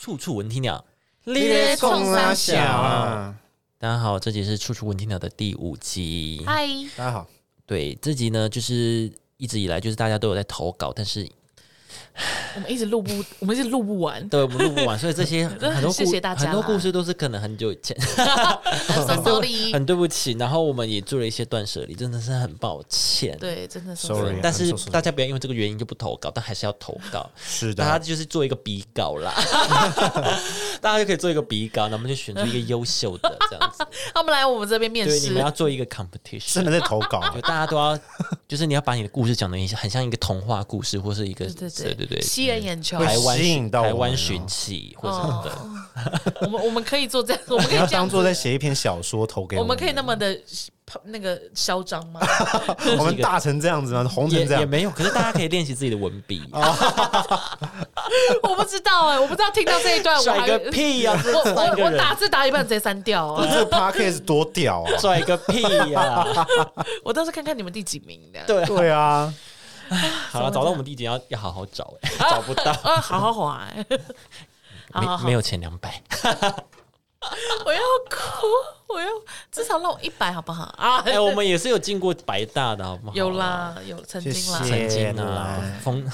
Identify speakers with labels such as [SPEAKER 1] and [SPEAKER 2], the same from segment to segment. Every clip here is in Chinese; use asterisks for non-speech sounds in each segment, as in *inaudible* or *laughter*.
[SPEAKER 1] 处处闻啼鸟。
[SPEAKER 2] 你在冲啥小
[SPEAKER 1] 啊
[SPEAKER 2] 啊？
[SPEAKER 1] 大家好，这集是《处处闻啼鸟》的第五集。
[SPEAKER 3] 嗨，
[SPEAKER 2] 大家好，
[SPEAKER 1] 对，这集呢，就是一直以来就是大家都有在投稿，但是。
[SPEAKER 3] 我们一直录不，我们一直录不完
[SPEAKER 1] 对我们录不
[SPEAKER 3] *laughs*
[SPEAKER 1] 完，所以这些
[SPEAKER 3] 真的
[SPEAKER 1] 很
[SPEAKER 3] 很
[SPEAKER 1] 多故
[SPEAKER 3] 谢谢大家啦
[SPEAKER 1] 很多故事都是可能很久以前，
[SPEAKER 3] I'm so sorry。
[SPEAKER 1] 很对不起。然后我们也做了一些断舍离，真的是很抱歉。
[SPEAKER 3] 对，真的是
[SPEAKER 2] Sorry
[SPEAKER 1] 但是
[SPEAKER 2] I'm so sorry
[SPEAKER 1] 大家不要因为这个原因就不投稿，但还是要投稿。
[SPEAKER 2] 是
[SPEAKER 1] 大家，就是做一个比稿啦，大家就可以做一个比稿，然后我们就选出一个优秀的这样子。
[SPEAKER 3] 他们来我们这边 *laughs* 面
[SPEAKER 1] 对，你
[SPEAKER 3] 试
[SPEAKER 1] 们，要做一个 competition
[SPEAKER 2] 真。的在投稿
[SPEAKER 1] 就大家都 *laughs* 要，就是你要把你的故事讲的很像一个童话故事，或是一个
[SPEAKER 3] 对
[SPEAKER 1] 对
[SPEAKER 3] 对
[SPEAKER 1] 对对，
[SPEAKER 3] 吸人眼球。
[SPEAKER 1] 台湾
[SPEAKER 2] 吸引到我
[SPEAKER 1] 台
[SPEAKER 2] 们
[SPEAKER 1] 湾
[SPEAKER 2] 哦
[SPEAKER 1] 寻奇或者什么 *laughs* 的。
[SPEAKER 3] 哦，我们我们可以做这样，我们可
[SPEAKER 2] 你
[SPEAKER 3] 以
[SPEAKER 2] 要
[SPEAKER 3] 这样
[SPEAKER 2] 当做
[SPEAKER 3] 做
[SPEAKER 2] 在，写一篇小说投给
[SPEAKER 3] 我
[SPEAKER 2] 我
[SPEAKER 3] 们可以那么的那个嚣张吗？ *laughs*
[SPEAKER 2] 我们大成这样子吗？红
[SPEAKER 1] 也
[SPEAKER 2] 成这
[SPEAKER 1] 也
[SPEAKER 2] 样，
[SPEAKER 1] 没有，可是大家可以练习自己的文 *laughs* 笔。啊
[SPEAKER 3] 我不知道哎，我不知道听到这一段，我
[SPEAKER 1] 拽
[SPEAKER 3] 还
[SPEAKER 1] 个屁呀、
[SPEAKER 3] *laughs* 我
[SPEAKER 1] 三
[SPEAKER 3] 我
[SPEAKER 1] 个
[SPEAKER 3] 我
[SPEAKER 1] 人
[SPEAKER 3] 打字打一半直接删掉啊，
[SPEAKER 2] 这个 podcast 多屌啊！
[SPEAKER 1] 拽个屁呀、
[SPEAKER 3] 我倒是看看你们第几名的。
[SPEAKER 1] 对啊，
[SPEAKER 2] 对啊，
[SPEAKER 1] *laughs* 好了，找到我们第一集要要好好找、欸， *laughs* 找不到，
[SPEAKER 3] 啊，好
[SPEAKER 1] *laughs*
[SPEAKER 3] 好滑欸， *laughs* 好好
[SPEAKER 1] 没
[SPEAKER 3] 好
[SPEAKER 1] 没有前两
[SPEAKER 3] *laughs*
[SPEAKER 1] 百，
[SPEAKER 3] 我要哭，我要至少让我一百好不好啊？
[SPEAKER 1] 哎、我们也是有进过白大的，好不好？
[SPEAKER 3] 有，啦，有曾经啦，
[SPEAKER 2] 谢谢
[SPEAKER 1] 曾经
[SPEAKER 2] 谢
[SPEAKER 1] 啊
[SPEAKER 2] 啦，
[SPEAKER 1] 风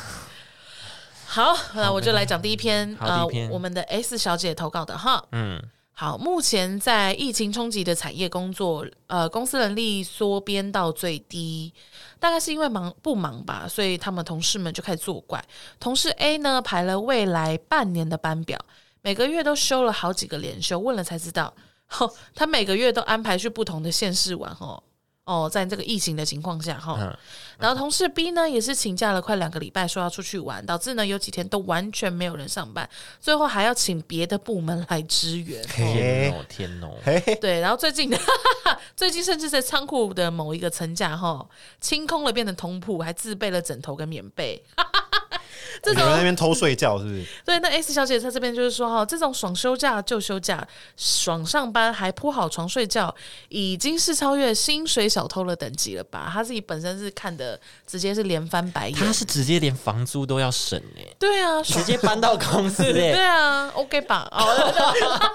[SPEAKER 3] 好，那我就来讲第一篇，
[SPEAKER 1] 好
[SPEAKER 3] 呃
[SPEAKER 1] 第一篇，
[SPEAKER 3] 我们的 S 小姐投稿的哈。
[SPEAKER 1] 嗯，
[SPEAKER 3] 好，目前在疫情冲击的产业工作，呃，公司人力缩编到最低，大概是因为忙不忙吧，所以他们同事们就开始作怪。同事 A 呢排了未来半年的班表，每个月都休了好几个连休，问了才知道， *laughs* 吼，他每个月都安排去不同的县市玩哦。哦，在这个疫情的情况下，哈、然后同事 B 呢也是请假了快两个礼拜，说要出去玩，导致呢有几天都完全没有人上班，最后还要请别的部门来支援。
[SPEAKER 1] 天哦天哦，
[SPEAKER 2] 嘿嘿，
[SPEAKER 3] *laughs* 对，然后最近 *laughs* 最近甚至在仓库的某一个层架哈清空了，变成通铺，还自备了枕头跟棉被。这
[SPEAKER 2] 有人在那
[SPEAKER 3] 种
[SPEAKER 2] 边偷睡觉是不是？
[SPEAKER 3] 对，那 S 小姐她这边就是说哦哈，这种爽休假就休假，爽上班还铺好床睡觉，已经是超越薪水小偷的等级了吧？她自己本身是看的直接是连翻白
[SPEAKER 1] 他
[SPEAKER 3] 眼。
[SPEAKER 1] 是直接连房租都要省哎、
[SPEAKER 3] 对啊，
[SPEAKER 1] 直
[SPEAKER 3] 爽
[SPEAKER 1] 接搬到公
[SPEAKER 3] *laughs*
[SPEAKER 1] 司欸嘞、
[SPEAKER 3] 对啊，OK 吧？哦，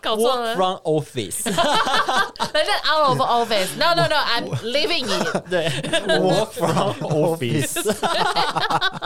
[SPEAKER 3] 搞 *laughs*
[SPEAKER 1] w
[SPEAKER 3] 错
[SPEAKER 1] o r k
[SPEAKER 3] 了，
[SPEAKER 1] from office，
[SPEAKER 3] 反正 out of office。No no no，I'm leaving it。
[SPEAKER 1] 对，work from *laughs* office，
[SPEAKER 2] *laughs*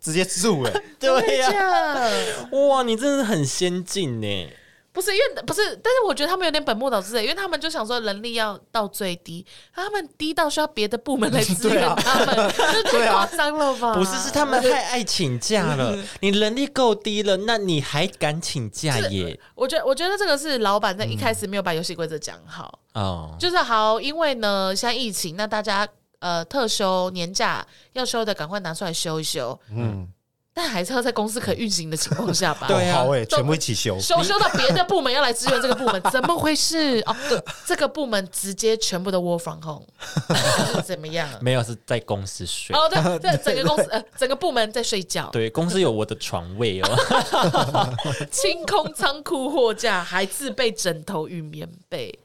[SPEAKER 2] 直接住哎，
[SPEAKER 1] *laughs* 对呀、
[SPEAKER 3] Yeah
[SPEAKER 1] 哇，你真的很先进呢，
[SPEAKER 3] 不是因为不是，但是我觉得他们有点本末倒置欸，因为他们就想说人力要到最低，他们低到需要别的部门来支
[SPEAKER 2] 对
[SPEAKER 3] 援
[SPEAKER 2] 啊
[SPEAKER 3] 他们，这
[SPEAKER 2] 对
[SPEAKER 3] 太
[SPEAKER 2] 啊
[SPEAKER 3] 夸张了吧？
[SPEAKER 1] 不是，是他们太爱请假了。你能力够低了，那你还敢请假耶？
[SPEAKER 3] 我觉得我觉得这个是老板在一开始没有把游戏规则讲好，
[SPEAKER 1] 哦，
[SPEAKER 3] 就是好，因为呢现在疫情，那大家呃特休年假要休的赶快拿出来休一休，
[SPEAKER 2] 嗯，
[SPEAKER 3] 但还是要在公司可运行的情况
[SPEAKER 2] *laughs*
[SPEAKER 3] 下吧。
[SPEAKER 1] 对啊
[SPEAKER 2] 好哎，全部一起修，
[SPEAKER 3] 收收到别的部门要来支援这个部门，怎么回事？哦，对这个部门直接全部的 work from home，还 *laughs* 是怎么样？
[SPEAKER 1] 没有是在公司睡。
[SPEAKER 3] 哦， *laughs* 对对，整个公司呃，整个部门在睡觉，
[SPEAKER 1] 对，公司有我的床位哦。
[SPEAKER 3] 清空仓库货架，还自备枕头与棉被，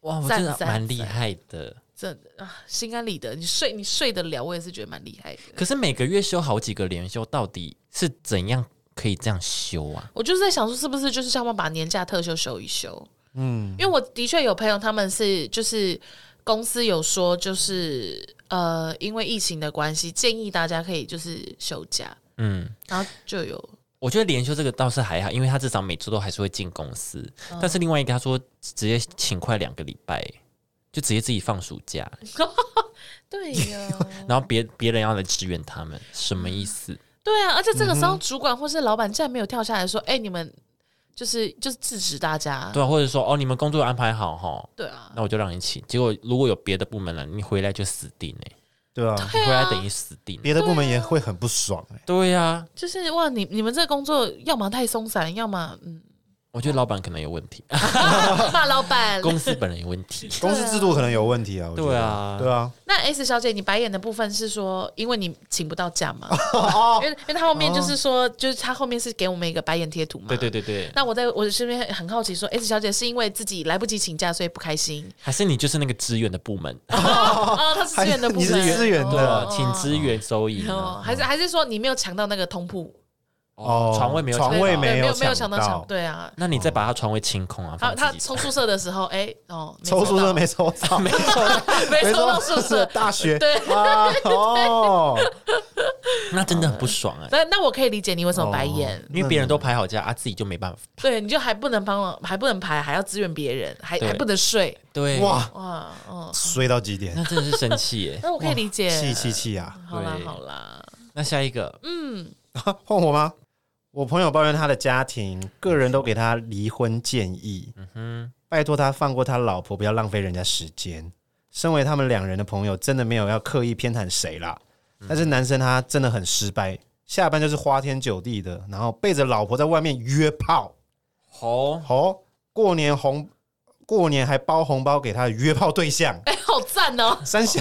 [SPEAKER 1] 哇，我
[SPEAKER 3] 赞
[SPEAKER 1] 真的
[SPEAKER 3] 赞
[SPEAKER 1] *laughs* 蛮厉
[SPEAKER 3] 赞
[SPEAKER 1] 害的。
[SPEAKER 3] 真的啊，心安理得。你睡你睡得了，我也是觉得蛮厉害的。
[SPEAKER 1] 可是每个月休好几个连休，到底是怎样可以这样休啊？
[SPEAKER 3] 我就是在想说，是不是就是像我把年假特休休一休？
[SPEAKER 2] 嗯，
[SPEAKER 3] 因为我的确有朋友，他们是就是公司有说，就是呃，因为疫情的关系，建议大家可以就是休假，
[SPEAKER 1] 嗯，
[SPEAKER 3] 然后就有
[SPEAKER 1] 我觉得连休这个倒是还好，因为他至少每周都还是会进公司。但是另外一个他说直接请快两个礼拜，就直接自己放暑假，
[SPEAKER 3] 对呀、
[SPEAKER 1] 然后别别人要来支援他们，什么意思？
[SPEAKER 3] 对啊，而且这个时候主管或是老板竟然没有跳下来说，哎、你们就是就是制止大家，
[SPEAKER 1] 对啊，或者说哦，你们工作安排好哈，
[SPEAKER 3] 对啊，
[SPEAKER 1] 那我就让你请。结果如果有别的部门来，你回来就死定哎、
[SPEAKER 2] 对吧？
[SPEAKER 1] 你回来等于死定。
[SPEAKER 2] 别的部门也会很不爽哎，
[SPEAKER 1] 对呀、啊
[SPEAKER 3] 就是哇，你你们这个工作要么太松散，要么嗯
[SPEAKER 1] 我觉得老板可能有问题，
[SPEAKER 3] 骂老板。
[SPEAKER 1] 公司本人有问题。
[SPEAKER 2] 公司制度可能有问题啊。我觉得
[SPEAKER 1] 对啊
[SPEAKER 2] 对啊，
[SPEAKER 3] 那 S 小姐，你白眼的部分是说，因为你请不到假嘛？
[SPEAKER 2] 哦
[SPEAKER 3] 因为因为他后面就是说，就是他后面是给我们一个白眼贴
[SPEAKER 2] 啊
[SPEAKER 3] 图嘛。
[SPEAKER 1] 对对。对对，
[SPEAKER 3] 那我在我身边很好奇说，S 小姐是因为自己来不及请假，所以不开心。
[SPEAKER 1] 还是你就是那个支援的部门，啊
[SPEAKER 3] 哦，她是资源的部
[SPEAKER 2] 你是
[SPEAKER 3] 分，
[SPEAKER 2] 资源
[SPEAKER 1] 对
[SPEAKER 2] 的
[SPEAKER 1] 啊，请支援收银
[SPEAKER 3] 哦，
[SPEAKER 1] 啊，
[SPEAKER 3] 还是还是说你没有抢到那个通铺，
[SPEAKER 1] 哦
[SPEAKER 2] 哦，
[SPEAKER 1] 床位没有抢到，
[SPEAKER 2] 床位
[SPEAKER 3] 对没
[SPEAKER 2] 没有
[SPEAKER 3] 没有抢
[SPEAKER 2] 抢
[SPEAKER 3] 到
[SPEAKER 2] 到
[SPEAKER 3] 抢，对啊。
[SPEAKER 1] 那你再把他床位清空啊，
[SPEAKER 3] 他
[SPEAKER 1] 放
[SPEAKER 3] 他
[SPEAKER 1] 自己
[SPEAKER 3] 抽宿舍的时候，哎、哦，
[SPEAKER 2] 抽宿舍
[SPEAKER 3] 到
[SPEAKER 2] 没抽到，没
[SPEAKER 3] *laughs* 没抽到宿舍，
[SPEAKER 2] *laughs* 大学
[SPEAKER 3] 对
[SPEAKER 2] 啊，哦，
[SPEAKER 1] 那真的很不爽哎，
[SPEAKER 3] *laughs* 那那我可以理解你为什么白眼，
[SPEAKER 2] 哦
[SPEAKER 1] 因为别人都排好假啊，自己就没办法。
[SPEAKER 3] *laughs* 对，你就还不能帮忙，还不能排，还要支援别人，还
[SPEAKER 1] 对
[SPEAKER 3] 还不能睡，
[SPEAKER 1] 对，哇，
[SPEAKER 2] 哇，
[SPEAKER 3] 哇，哦，
[SPEAKER 2] 衰到极点
[SPEAKER 1] 那，真的是生气耶。
[SPEAKER 3] 那我可以理解，
[SPEAKER 2] 气气气啊！ *laughs*
[SPEAKER 3] 好啦
[SPEAKER 1] 对
[SPEAKER 3] 好啦，
[SPEAKER 1] 那下一个，
[SPEAKER 3] 嗯，，
[SPEAKER 2] 换我吗？我朋友抱怨他的家庭，个人都给他离婚建议，
[SPEAKER 1] 嗯，
[SPEAKER 2] 拜托他放过他老婆，不要浪费人家时间。身为他们两人的朋友，真的没有要刻意偏袒谁啦。但是男生他真的很失败，下班就是花天酒地的，然后背着老婆在外面约炮，
[SPEAKER 1] 好，
[SPEAKER 2] 哦，过年红，过年还包红包给他的约炮对象
[SPEAKER 3] 哎、好赞哦、
[SPEAKER 2] 三小，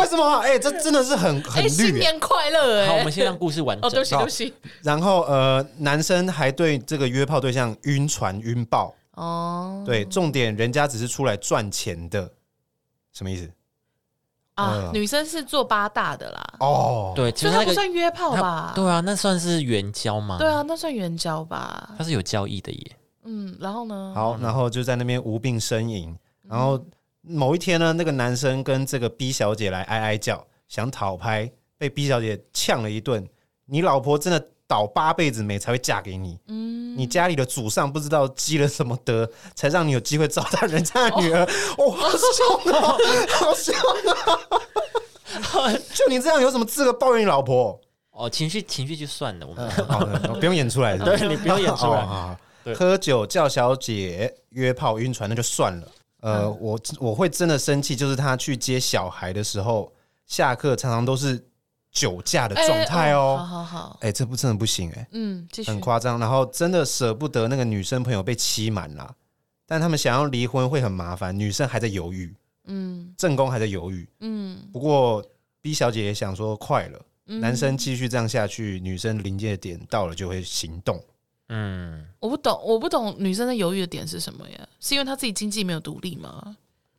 [SPEAKER 2] 为什么啊？哎、这真的是很 *laughs* 很
[SPEAKER 3] 哎、新
[SPEAKER 2] 绿、欸。
[SPEAKER 3] 年快乐、
[SPEAKER 1] 好，我
[SPEAKER 3] 哎，
[SPEAKER 1] 们先让故事完
[SPEAKER 3] 哦，对
[SPEAKER 1] 整
[SPEAKER 3] 不。起对不起，
[SPEAKER 2] 然后呃，男生还对这个约炮对象晕船晕爆，
[SPEAKER 3] 哦，
[SPEAKER 2] 对，重点人家只是出来赚钱的，什么意思？
[SPEAKER 3] 啊，
[SPEAKER 2] 嗯
[SPEAKER 3] 女生是做八大的啦，
[SPEAKER 2] 哦，
[SPEAKER 1] 对，其
[SPEAKER 3] 所
[SPEAKER 1] 实
[SPEAKER 3] 以她
[SPEAKER 1] 那
[SPEAKER 3] 不
[SPEAKER 1] 个
[SPEAKER 3] 算约炮吧？
[SPEAKER 1] 对啊，那算是援交吗？
[SPEAKER 3] 对，啊，那算援交吧？
[SPEAKER 1] 他是有交易的耶。
[SPEAKER 3] 嗯，嗯然后呢？
[SPEAKER 2] 好，然后就在那边无病呻吟。然后某一天呢，那个男生跟这个 B 小姐来哀哀叫，想讨拍，被 B 小姐呛了一顿。你老婆真的倒八辈子霉才会嫁给你，嗯，你家里的祖上不知道积了什么德， *laughs* 才让你有机会糟蹋人家的女儿。哦，好凶哦， *laughs* 好凶哦！就你这样，有什么资格抱怨你老婆？
[SPEAKER 1] 哦，情绪情绪就算了，我们
[SPEAKER 2] *laughs* 好的，不用演出来，是不是
[SPEAKER 1] *laughs* 对你不要演出
[SPEAKER 2] 哦好
[SPEAKER 1] 来。
[SPEAKER 2] 好好
[SPEAKER 1] 对
[SPEAKER 2] 喝酒叫小姐，约炮晕船那就算了。呃，我我会真的生气，就是他去接小孩的时候，下课常常都是酒驾的
[SPEAKER 3] 哎
[SPEAKER 2] 状态
[SPEAKER 3] 好
[SPEAKER 2] 哦。
[SPEAKER 3] 好好，
[SPEAKER 2] 哎、这不真的不行哎、
[SPEAKER 3] 嗯，继续
[SPEAKER 2] 很。夸张。然后真的舍不得那个女生朋友被欺瞒啦，但他们想要离婚会很麻烦，女生还在犹豫，
[SPEAKER 3] 嗯
[SPEAKER 2] 正宫还在犹豫。
[SPEAKER 3] 嗯
[SPEAKER 2] 不过 B 小姐也想说快了，
[SPEAKER 3] 嗯，
[SPEAKER 2] 男生继续这样下去，女生临界点到了就会行动。
[SPEAKER 1] 嗯，
[SPEAKER 3] 我不懂，我不懂女生在犹豫的点是什么呀？是因为她自己经济没有独立吗？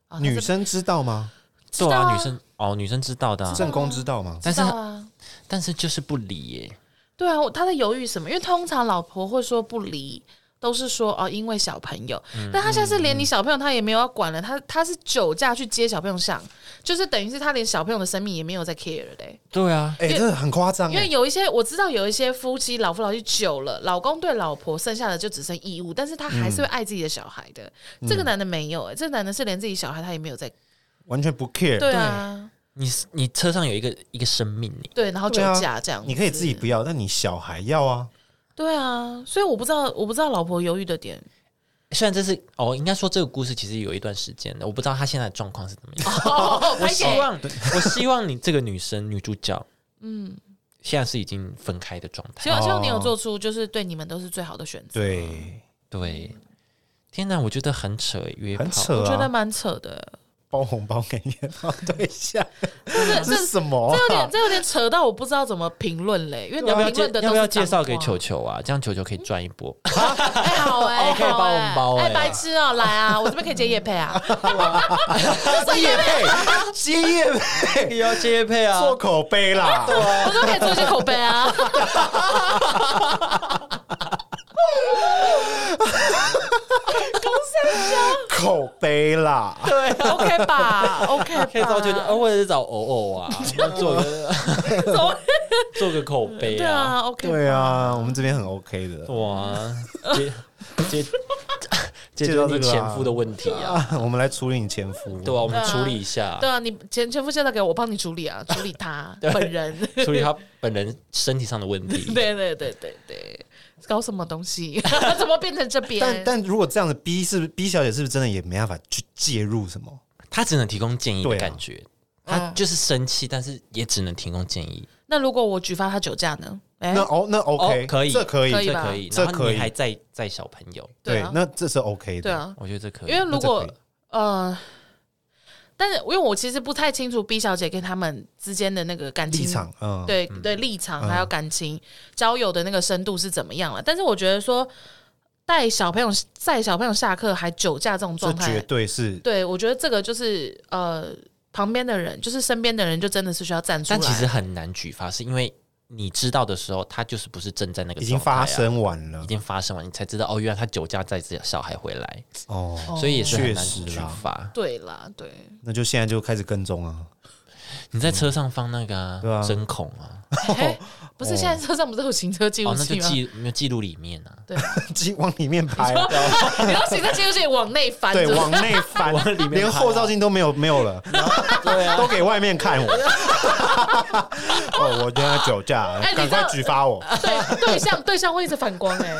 [SPEAKER 3] 啊
[SPEAKER 2] 女生知道吗？
[SPEAKER 3] 知道
[SPEAKER 1] 对
[SPEAKER 3] 啊
[SPEAKER 1] 啊，女生哦，女生知道的啊，
[SPEAKER 2] 正宫知道吗？
[SPEAKER 1] 但是
[SPEAKER 3] 知道啊，
[SPEAKER 1] 但是就是不理耶。
[SPEAKER 3] 对啊，我她在犹豫什么？因为通常老婆会说不离。都是说哦，因为小朋友，但她现在是连你小朋友她也没有要管了，她她是酒驾去接小朋友上，就是等于是她连小朋友的生命也没有在 care 了嘞、
[SPEAKER 1] 对啊，
[SPEAKER 2] 哎、真的很夸张、
[SPEAKER 3] 因为
[SPEAKER 2] 欸。
[SPEAKER 3] 有一些我知道有一些夫妻老夫老妻久了，老公对老婆剩下的就只剩义务，但是他还是会爱自己的小孩的。这个男的没有、欸，这个男的是连自己小孩他也没有在。
[SPEAKER 2] 完全不 care。
[SPEAKER 3] 对啊，
[SPEAKER 1] 你你车上有一个一个生命耶，
[SPEAKER 3] 对，然后酒
[SPEAKER 2] 对啊
[SPEAKER 3] 驾这样、
[SPEAKER 2] 你可以自己。不要，但你小孩要啊。
[SPEAKER 3] 对啊，所以我不知道，我不知道老婆犹豫的点。
[SPEAKER 1] 虽然这是哦，应该说这个故事其实有一段时间的，我不知道她现在的状况是怎么样。
[SPEAKER 3] *laughs* *laughs* 哦，
[SPEAKER 1] 我希望我希望你这个女生女主角，嗯，现在是已经分开的状态。
[SPEAKER 3] 希望希望你
[SPEAKER 1] 哦
[SPEAKER 3] 有做出就是对你们都是最好的选择。
[SPEAKER 2] 对，
[SPEAKER 1] 对，天哪，我觉得很扯欸约炮，
[SPEAKER 2] 很扯
[SPEAKER 3] 我觉得
[SPEAKER 2] 啊，
[SPEAKER 3] 蛮扯的，欸 *laughs*
[SPEAKER 2] 包红包给你放对象，
[SPEAKER 3] 这
[SPEAKER 2] 这
[SPEAKER 3] *laughs* 这
[SPEAKER 2] 是什么、
[SPEAKER 3] 这有点
[SPEAKER 2] 啊？
[SPEAKER 3] 这有点扯到我不知道怎么评论啊嘞，因为你
[SPEAKER 1] 要不要
[SPEAKER 3] 评
[SPEAKER 1] 介
[SPEAKER 3] 论的都
[SPEAKER 1] 要
[SPEAKER 3] 是
[SPEAKER 1] 不要介绍给
[SPEAKER 3] 脏话
[SPEAKER 1] 球
[SPEAKER 3] *laughs*
[SPEAKER 1] 球啊？这样球球可以赚一波。
[SPEAKER 3] 哎、
[SPEAKER 1] *laughs*
[SPEAKER 3] 好哎、
[SPEAKER 1] 哦可以
[SPEAKER 3] 好
[SPEAKER 1] 包
[SPEAKER 3] 哎
[SPEAKER 1] 红包
[SPEAKER 3] 哎、
[SPEAKER 1] 哎
[SPEAKER 3] 白痴哦、来啊，我这边可以接夜
[SPEAKER 1] *laughs*
[SPEAKER 3] 配啊，嗯
[SPEAKER 2] 夜配，
[SPEAKER 3] *laughs*
[SPEAKER 2] 接夜配，
[SPEAKER 1] 要接配啊
[SPEAKER 2] 做口碑啦。
[SPEAKER 3] 我这边可以做一些口
[SPEAKER 1] *laughs*
[SPEAKER 3] 碑啊。
[SPEAKER 2] 口碑啦。
[SPEAKER 3] 啊
[SPEAKER 1] 对，
[SPEAKER 3] OK 吧？OK 吧？
[SPEAKER 1] *laughs* 可以找球
[SPEAKER 3] 啊
[SPEAKER 1] 球，呃或者是找偶偶
[SPEAKER 3] *laughs*
[SPEAKER 1] 啊，做个
[SPEAKER 3] 走
[SPEAKER 1] *laughs* 做个口碑
[SPEAKER 3] 对
[SPEAKER 1] 啊。
[SPEAKER 3] 啊，OK。
[SPEAKER 2] 对啊，我们这边很 OK
[SPEAKER 3] 啊
[SPEAKER 2] 的。
[SPEAKER 1] 哇，
[SPEAKER 3] *laughs*
[SPEAKER 1] 接接解
[SPEAKER 2] 介绍
[SPEAKER 1] 决
[SPEAKER 2] 这
[SPEAKER 1] 你
[SPEAKER 2] 个啊
[SPEAKER 1] 前夫的问题
[SPEAKER 3] *laughs*
[SPEAKER 1] 啊，
[SPEAKER 2] 啊，我们来处理你前夫。
[SPEAKER 1] 对啊，我们处理一下
[SPEAKER 3] 对，啊，你前前夫现在给我，我帮你处理啊，处理
[SPEAKER 1] *laughs*
[SPEAKER 3] 他本人。
[SPEAKER 1] 处理他本人身体上的问题。
[SPEAKER 3] *laughs* 对对对对对，搞什么东
[SPEAKER 2] *laughs*
[SPEAKER 3] 西？ *laughs* 怎么变成这边？
[SPEAKER 2] 但但如果这样子，B 是不是 B 小姐是不是真的也没办法去介入什么？
[SPEAKER 1] 他只能提供建议的
[SPEAKER 2] 对啊
[SPEAKER 1] 感
[SPEAKER 3] 嗯
[SPEAKER 1] 觉，他就是生气，但是也只能提供建议。
[SPEAKER 3] 那如果我举发他酒驾呢？哎
[SPEAKER 2] 那，哦，那 OK，
[SPEAKER 1] 哦可以
[SPEAKER 2] 这可
[SPEAKER 3] 可以
[SPEAKER 2] 以，
[SPEAKER 1] 这
[SPEAKER 3] 吧
[SPEAKER 1] 可以，
[SPEAKER 2] 这
[SPEAKER 1] 然后
[SPEAKER 2] 可
[SPEAKER 1] 你
[SPEAKER 2] 以
[SPEAKER 1] 还在在小朋友，
[SPEAKER 3] 对
[SPEAKER 2] 对
[SPEAKER 3] 啊，
[SPEAKER 2] 那这是 OK
[SPEAKER 3] 对
[SPEAKER 2] 的。
[SPEAKER 3] 啊，
[SPEAKER 1] 我觉得这可以
[SPEAKER 3] 因，为如果
[SPEAKER 2] 那这可
[SPEAKER 3] 呃，但是因为我其实不太清楚 B 小姐跟他们之间的那个感情
[SPEAKER 2] 立场，嗯，
[SPEAKER 3] 对对立场，
[SPEAKER 2] 嗯
[SPEAKER 3] 还有感情、交友的那个深度是怎么样了。但是我觉得说带小朋友带小朋友下课还酒驾这种
[SPEAKER 2] 这
[SPEAKER 3] 状
[SPEAKER 2] 绝
[SPEAKER 3] 态，
[SPEAKER 2] 对是
[SPEAKER 3] 对我觉得这个就是呃旁边的人，就是身边的人，就真的是需要站出来。
[SPEAKER 1] 但其实很难举发，是因为你知道的时候，他就是不是正在那个
[SPEAKER 2] 已经
[SPEAKER 1] 状态啊
[SPEAKER 2] 发，生完了
[SPEAKER 1] 已。经发生完，你才知道哦，原来他酒驾载自己的小孩回来，
[SPEAKER 2] 哦，
[SPEAKER 3] 哦
[SPEAKER 1] 所以也是很难
[SPEAKER 2] 确实
[SPEAKER 1] 举
[SPEAKER 2] 啦
[SPEAKER 1] 发。
[SPEAKER 3] 对啦，对，
[SPEAKER 2] 那就现在就开始跟踪啊。 *laughs*
[SPEAKER 1] 你在车上放那个
[SPEAKER 2] 对
[SPEAKER 1] 啊
[SPEAKER 2] 啊
[SPEAKER 1] 针孔啊，
[SPEAKER 3] 嘿哎不是现在车上不是有行车记录
[SPEAKER 1] 哦，那就
[SPEAKER 3] 器吗？
[SPEAKER 1] 记没有记录里面啊，
[SPEAKER 2] 机往里面拍啊，
[SPEAKER 3] 你要行车记录器往内翻，
[SPEAKER 2] 对
[SPEAKER 3] 是，不是
[SPEAKER 2] 往内翻，
[SPEAKER 1] 往里面
[SPEAKER 2] 连
[SPEAKER 1] 拍啊
[SPEAKER 2] 后照镜都没有没有了，
[SPEAKER 1] 对啊，
[SPEAKER 2] 都给外面看我。 *laughs* 哦，我今天酒驾
[SPEAKER 3] 哎，你
[SPEAKER 2] 赶
[SPEAKER 3] 知道
[SPEAKER 2] 快举发我！
[SPEAKER 3] 对对象对象会一直反光哎、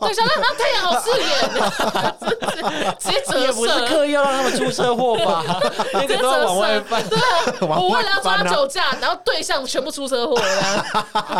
[SPEAKER 3] 对象那那太阳好刺眼， *laughs* 直接
[SPEAKER 1] 也
[SPEAKER 3] 折
[SPEAKER 1] 不是
[SPEAKER 3] 射。
[SPEAKER 1] 刻意要让他们出车祸
[SPEAKER 3] *laughs*
[SPEAKER 1] 吧？那个都要往外翻，
[SPEAKER 2] 往
[SPEAKER 3] 我为
[SPEAKER 2] 外
[SPEAKER 3] 了要抓
[SPEAKER 2] 翻啊
[SPEAKER 3] 酒驾，然后对象全部出车祸
[SPEAKER 1] *laughs*
[SPEAKER 3] 了。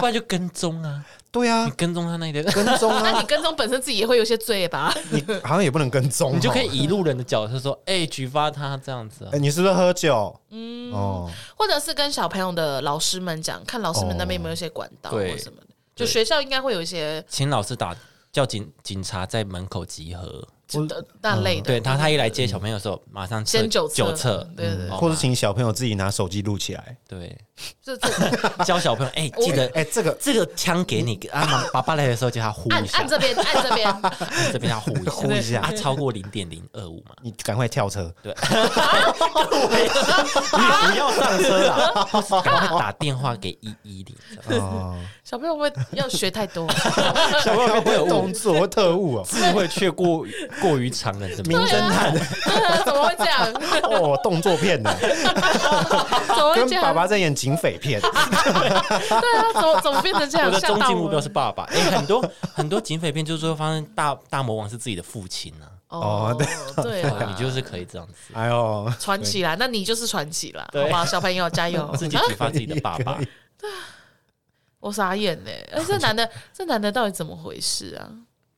[SPEAKER 1] 不然就跟踪啊，
[SPEAKER 2] 对啊
[SPEAKER 1] 你，跟踪他那一类，
[SPEAKER 2] 跟踪
[SPEAKER 1] *laughs*
[SPEAKER 3] 那
[SPEAKER 2] 啊，
[SPEAKER 3] 你跟踪本身自己也会有一些罪吧？
[SPEAKER 2] 你好像也不能跟踪哦，
[SPEAKER 1] 你就可以以路人的角色说，哎，举发他这样子啊
[SPEAKER 2] 哎，。你是不是喝酒？嗯，哦，
[SPEAKER 3] 或者是跟小朋友的老师们讲，看老师们那边有没有一些管道
[SPEAKER 1] 哦对
[SPEAKER 3] 或什么的。就学校应该会有一些
[SPEAKER 1] 请老师打叫警警察在门口集合，
[SPEAKER 3] 就的那类的，
[SPEAKER 1] 嗯对他他一来接小朋友的时候，马上测
[SPEAKER 3] 先酒测
[SPEAKER 1] 酒测，
[SPEAKER 3] 对对对
[SPEAKER 1] 哦
[SPEAKER 2] 或者请小朋友自己拿手机录起来。
[SPEAKER 1] 对，
[SPEAKER 3] 就这
[SPEAKER 1] 教小朋友，哎，记
[SPEAKER 3] *laughs*
[SPEAKER 1] 得
[SPEAKER 2] 哎，这个
[SPEAKER 1] 这个枪给你啊，妈爸爸来的时候叫他呼
[SPEAKER 3] 按
[SPEAKER 1] 一下
[SPEAKER 3] 按，这边，按这
[SPEAKER 1] *laughs*
[SPEAKER 3] 边，
[SPEAKER 1] 按这边要呼一下，
[SPEAKER 2] 呼
[SPEAKER 3] *laughs*
[SPEAKER 2] 一下
[SPEAKER 1] 啊，超过零点零二五嘛，
[SPEAKER 2] 你赶快跳车，
[SPEAKER 1] *laughs* 你不要上车 *laughs* 啦，或是赶快打电话给一一零，
[SPEAKER 2] 哦
[SPEAKER 3] 小朋友会要学太多。
[SPEAKER 1] 小朋友
[SPEAKER 2] 不
[SPEAKER 1] 会有
[SPEAKER 2] 有
[SPEAKER 1] 误
[SPEAKER 2] 动作特务哦，
[SPEAKER 1] 智慧却过于过于常人，是
[SPEAKER 2] 名
[SPEAKER 3] 啊
[SPEAKER 1] 吗？
[SPEAKER 2] 侦探
[SPEAKER 3] 怎么会这
[SPEAKER 1] *laughs*
[SPEAKER 3] 样？
[SPEAKER 2] 哦，动作片的，
[SPEAKER 3] 怎么会
[SPEAKER 2] 跟
[SPEAKER 3] 这样？
[SPEAKER 2] 爸爸在演警匪片，
[SPEAKER 3] 对啊，怎么怎么变成这
[SPEAKER 1] 我
[SPEAKER 3] 样？
[SPEAKER 1] 的
[SPEAKER 3] 吓
[SPEAKER 1] 终
[SPEAKER 3] 到
[SPEAKER 1] 极目标
[SPEAKER 3] 我
[SPEAKER 1] 是爸爸。哎，很多 *laughs* 很多警匪片就是说，发现大大魔王是自己的父亲呢，
[SPEAKER 3] 哦
[SPEAKER 2] 哦，
[SPEAKER 3] 对
[SPEAKER 1] 对啊
[SPEAKER 3] 啊，
[SPEAKER 1] *laughs* 你就是可以这样
[SPEAKER 3] *laughs*
[SPEAKER 1] 子，
[SPEAKER 2] 哎呦，
[SPEAKER 3] 传奇啦，那你就是传奇啦，
[SPEAKER 1] 对
[SPEAKER 3] 好吧，小朋友加油！
[SPEAKER 1] *laughs* 自己
[SPEAKER 3] 啊
[SPEAKER 1] 举发自己的爸爸 *laughs*
[SPEAKER 2] 可以。
[SPEAKER 3] 我傻眼嘞，哎，这男的，这男的到底怎么回事啊？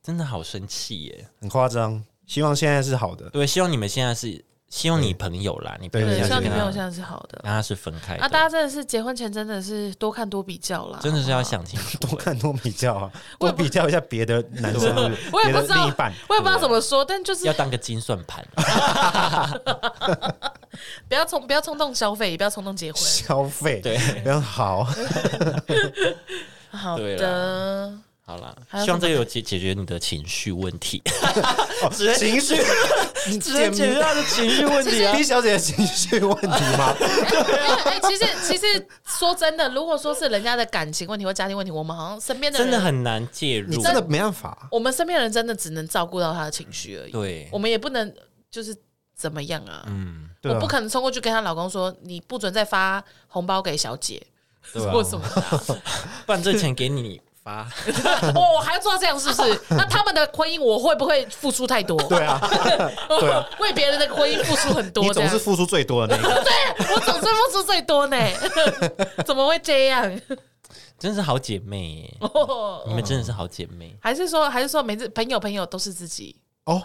[SPEAKER 1] 真的好生气耶！
[SPEAKER 2] 很夸张。希望现在是好的，
[SPEAKER 1] 对，希望你们现在是希望你朋友啦，你朋友
[SPEAKER 2] 对
[SPEAKER 3] 对，
[SPEAKER 1] 现
[SPEAKER 3] 希
[SPEAKER 1] 在
[SPEAKER 3] 望
[SPEAKER 1] 是
[SPEAKER 3] 女
[SPEAKER 1] 跟
[SPEAKER 3] 朋
[SPEAKER 1] 他
[SPEAKER 3] 友现在是好的
[SPEAKER 1] 跟他是分开
[SPEAKER 3] 啊！大
[SPEAKER 1] 的，
[SPEAKER 3] 家真的是结婚前真的是多看多比较啦，
[SPEAKER 1] 哎真的是
[SPEAKER 3] 好
[SPEAKER 1] 要
[SPEAKER 3] 不好。
[SPEAKER 1] 想清楚。
[SPEAKER 2] 多 *laughs* 看多比较啊，
[SPEAKER 3] 我也
[SPEAKER 2] 多
[SPEAKER 3] 不
[SPEAKER 2] 比较一下别
[SPEAKER 3] *laughs*
[SPEAKER 2] 的男生，
[SPEAKER 3] 我也
[SPEAKER 2] 别
[SPEAKER 3] 不
[SPEAKER 2] 的
[SPEAKER 3] 知道
[SPEAKER 2] 另一半，
[SPEAKER 3] 我也不知道怎么说，但就是
[SPEAKER 1] 啊要当个精算盘，
[SPEAKER 3] 不要冲，不要冲动消费，也不要冲动结婚。
[SPEAKER 2] 消费，
[SPEAKER 1] *laughs* 对，*laughs*
[SPEAKER 2] 很好，
[SPEAKER 3] 好
[SPEAKER 1] 对
[SPEAKER 3] 的，
[SPEAKER 1] 好啦，
[SPEAKER 3] *laughs* 还有
[SPEAKER 1] 希望这个有解解决你的情绪问
[SPEAKER 3] *laughs*
[SPEAKER 1] 题，
[SPEAKER 2] 情绪，你
[SPEAKER 1] 只能解决他的情绪问题啊！
[SPEAKER 2] B 小姐的情绪问题吗？
[SPEAKER 3] 哎、其实其实说真的，如果说是人家的感情问题或家庭问题，我们好像身边的
[SPEAKER 1] *laughs*
[SPEAKER 3] 人
[SPEAKER 1] 真的很难介
[SPEAKER 2] 你
[SPEAKER 1] 入，
[SPEAKER 2] 真的没办法，啊
[SPEAKER 3] 我们身边的人真的只能照顾到他的情绪而已，
[SPEAKER 1] 对
[SPEAKER 3] 我，们也不能就是怎么样啊。
[SPEAKER 1] 嗯，
[SPEAKER 2] 对
[SPEAKER 3] 我不
[SPEAKER 2] 吧？
[SPEAKER 3] 可能冲过去跟她老公说：“你不准再发红包给小姐，
[SPEAKER 2] 对吧
[SPEAKER 3] 或什么的啊、
[SPEAKER 1] 不然这钱给你发，
[SPEAKER 3] 哦，我还要做到这样，是不是？
[SPEAKER 2] *laughs*
[SPEAKER 3] 那他们的婚姻我会不会付出太多？
[SPEAKER 2] 对啊，对啊，
[SPEAKER 3] *laughs* 为别人的婚姻付出很
[SPEAKER 2] 你
[SPEAKER 3] 多，这
[SPEAKER 2] 总
[SPEAKER 3] 样
[SPEAKER 2] 是付出最多的
[SPEAKER 3] *laughs*
[SPEAKER 2] 那个，
[SPEAKER 3] 我总是付出最
[SPEAKER 2] *laughs*
[SPEAKER 3] 多呢，怎么会这样？
[SPEAKER 1] 真是好姐妹耶！
[SPEAKER 3] 哦
[SPEAKER 1] 你们真的是好姐妹。
[SPEAKER 3] 还是说，还是说，每次朋友朋友都是自己，
[SPEAKER 2] 哦，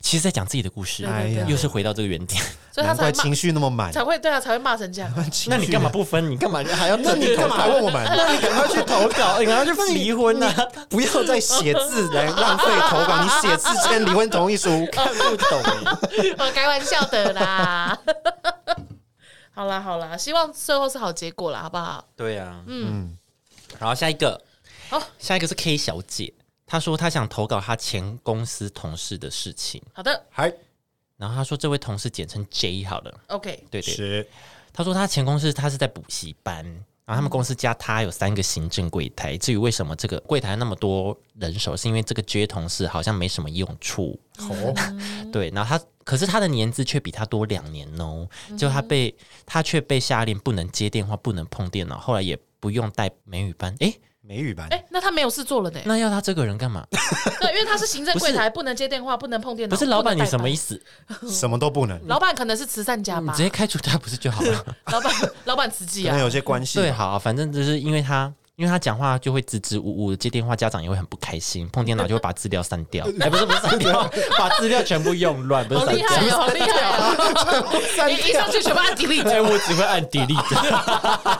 [SPEAKER 1] 其实，在讲自己的故事，
[SPEAKER 2] 哎呀
[SPEAKER 1] 又是回到这个原点。
[SPEAKER 3] 所以他
[SPEAKER 2] 难
[SPEAKER 3] 才
[SPEAKER 2] 怪
[SPEAKER 3] 骂
[SPEAKER 2] 情绪那么满，
[SPEAKER 3] 才会对啊，才会骂成这样。
[SPEAKER 1] *laughs* 那你干嘛不分？你干
[SPEAKER 2] *laughs*
[SPEAKER 1] 嘛还要？
[SPEAKER 2] 那你干嘛还问我们？
[SPEAKER 1] 那你赶快去投稿， *laughs* 你赶快去离婚啊呢？
[SPEAKER 2] 不要再写字来浪费投稿，你写字签离婚同意
[SPEAKER 1] *laughs*
[SPEAKER 2] 书，
[SPEAKER 1] 看不懂耶。哦
[SPEAKER 3] 我开玩笑的啦。 *laughs* 好啦好啦，希望最后是好结果啦，好不好？
[SPEAKER 1] 对啊，嗯。然后下一个，
[SPEAKER 3] 好
[SPEAKER 1] 下一个是 K 小姐，她说她想投稿她前公司同事的事情，
[SPEAKER 3] 好的
[SPEAKER 2] *laughs* 还
[SPEAKER 1] 然后她说这位同事简称 J 好了，
[SPEAKER 3] ，OK，
[SPEAKER 1] 对对，
[SPEAKER 2] 是
[SPEAKER 1] 她说她前公司她是在补习班，然后他们公司加她有三个行政柜台，至于为什么这个柜台那么多人手，是因为这个 J 同事好像没什么用处，
[SPEAKER 3] *laughs*
[SPEAKER 2] 哦，
[SPEAKER 1] 对，然后他可是他的年资却比他多两年哦，就他被他却被下令不能接电话，不能碰电脑，后来也不用带美语班。诶，
[SPEAKER 2] 美语版
[SPEAKER 3] 哎、那他没有事做
[SPEAKER 1] *laughs*
[SPEAKER 3] 了呢？
[SPEAKER 1] 那要他这个人干嘛？
[SPEAKER 3] *laughs* 对，因为他是行政柜台，不能接电话，不能碰电脑。
[SPEAKER 1] 不是老板，你什么意
[SPEAKER 3] 思？
[SPEAKER 1] 思？
[SPEAKER 2] 什么都不能，
[SPEAKER 3] 老板可能是慈善家
[SPEAKER 1] 你
[SPEAKER 3] 吧
[SPEAKER 1] 直？接
[SPEAKER 3] *laughs*
[SPEAKER 1] 开除他不是就好了？ *laughs*
[SPEAKER 3] 老板，老板慈济
[SPEAKER 2] 可能
[SPEAKER 3] 啊
[SPEAKER 2] 有。些关系
[SPEAKER 1] 对，好、反正就是因为他。因为他讲话就会支支吾吾的，接电话家长也会很不开心，碰电脑就会把资料删
[SPEAKER 3] *laughs*
[SPEAKER 1] 掉，哎、不是不是删掉，把资料全部用乱，不是
[SPEAKER 3] 好
[SPEAKER 1] 删
[SPEAKER 3] 厉害
[SPEAKER 1] *laughs* 掉。
[SPEAKER 3] 哦，好厉害哦！你一上去全部
[SPEAKER 1] *laughs*
[SPEAKER 3] 按 delete，
[SPEAKER 1] 哎、我只会按 delete，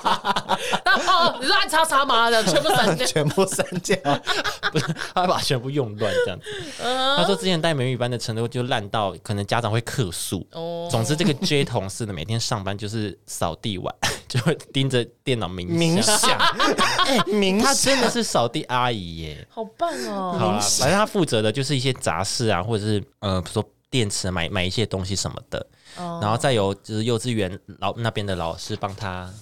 [SPEAKER 3] 然后哦乱叉叉嘛，这样全部
[SPEAKER 1] *laughs*
[SPEAKER 3] 删掉。
[SPEAKER 2] 全部删掉。
[SPEAKER 1] *laughs*
[SPEAKER 3] 哎
[SPEAKER 2] *laughs*
[SPEAKER 1] 不是他会把全部用乱这样
[SPEAKER 3] *laughs*
[SPEAKER 1] 子。
[SPEAKER 3] 嗯
[SPEAKER 1] 他说之前带美语班的程度就烂到可能家长会客诉。
[SPEAKER 3] 哦
[SPEAKER 1] 总之，这个 J 同事呢，每天上班就是扫地碗， *laughs* 就会盯着电脑冥
[SPEAKER 2] 冥
[SPEAKER 1] 想。
[SPEAKER 2] 想，
[SPEAKER 1] *laughs*
[SPEAKER 2] 冥
[SPEAKER 1] 他
[SPEAKER 2] 想
[SPEAKER 1] 真的是扫地阿姨耶！
[SPEAKER 3] 好棒哦！
[SPEAKER 1] 好啦，反正他负责的就是一些杂事啊，或者是呃，比如说电池买买一些东西什么的，
[SPEAKER 3] 哦
[SPEAKER 1] 然后再由就是幼稚园老那边的老师帮他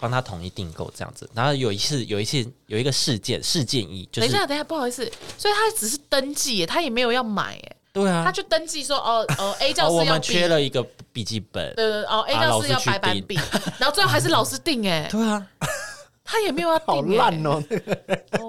[SPEAKER 1] 帮他统一订购这样子。然后有一次有一次有一个事件事件一，就
[SPEAKER 3] 等一
[SPEAKER 1] 是
[SPEAKER 3] 下，等一下，不好意思，所以他只是登记耶，他也没有要买耶，
[SPEAKER 1] 对啊，
[SPEAKER 3] 他就登记说哦哦 A 教
[SPEAKER 1] 哦，
[SPEAKER 3] 室要
[SPEAKER 1] 我们
[SPEAKER 3] B
[SPEAKER 1] 缺了一个笔记本，
[SPEAKER 3] 对对对哦 A
[SPEAKER 1] 啊
[SPEAKER 3] 教
[SPEAKER 1] 老
[SPEAKER 3] 室
[SPEAKER 1] 师
[SPEAKER 3] 要
[SPEAKER 1] 去
[SPEAKER 3] 白板
[SPEAKER 1] 订
[SPEAKER 3] 笔，然后最后还是老师定哎，
[SPEAKER 1] 对啊，
[SPEAKER 3] 他也没有要哎定
[SPEAKER 2] 好
[SPEAKER 3] 耶
[SPEAKER 2] 烂哦！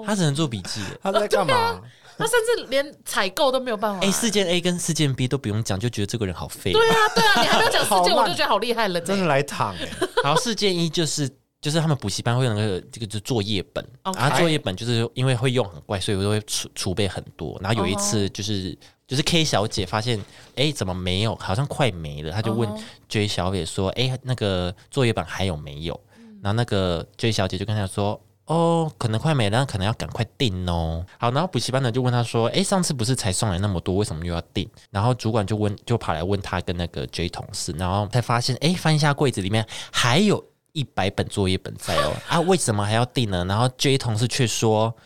[SPEAKER 1] 他只能做笔记耶。
[SPEAKER 2] *laughs* 他在干嘛？
[SPEAKER 3] 他甚至连采购都没有办法。
[SPEAKER 1] 哎，事件 A 跟事件 B 都不用讲，就觉得这个人好废。
[SPEAKER 3] 对啊，对啊，你还没
[SPEAKER 1] *laughs*
[SPEAKER 3] 有讲
[SPEAKER 2] 好
[SPEAKER 3] 事件，
[SPEAKER 2] 烂
[SPEAKER 3] 我就觉得好厉害了。
[SPEAKER 2] 真的来躺哎！
[SPEAKER 1] 好，事件一就是就是他们补习班会有那个这个就是作业本
[SPEAKER 3] OK
[SPEAKER 1] 然后作业本就是因为会用很快，所以我都会储储备很多。然后有一次就是、就是 K 小姐发现，哎、怎么没有？好像快没了，她就问 J 小姐说，哎、那个作业本还有没有？然后那个 J 小姐就跟她说。哦，可能快没了，可能要赶快订哦。好，然后补习班的就问她说：“哎，上次不是才送来那么多，为什么又要订？”然后主管就问，就跑来问她跟那个 J 同事，然后才发现，哎，翻一下柜子里面还有一百本作业本在哦， *laughs* 啊，为什么还要订呢？然后 J 同事却说，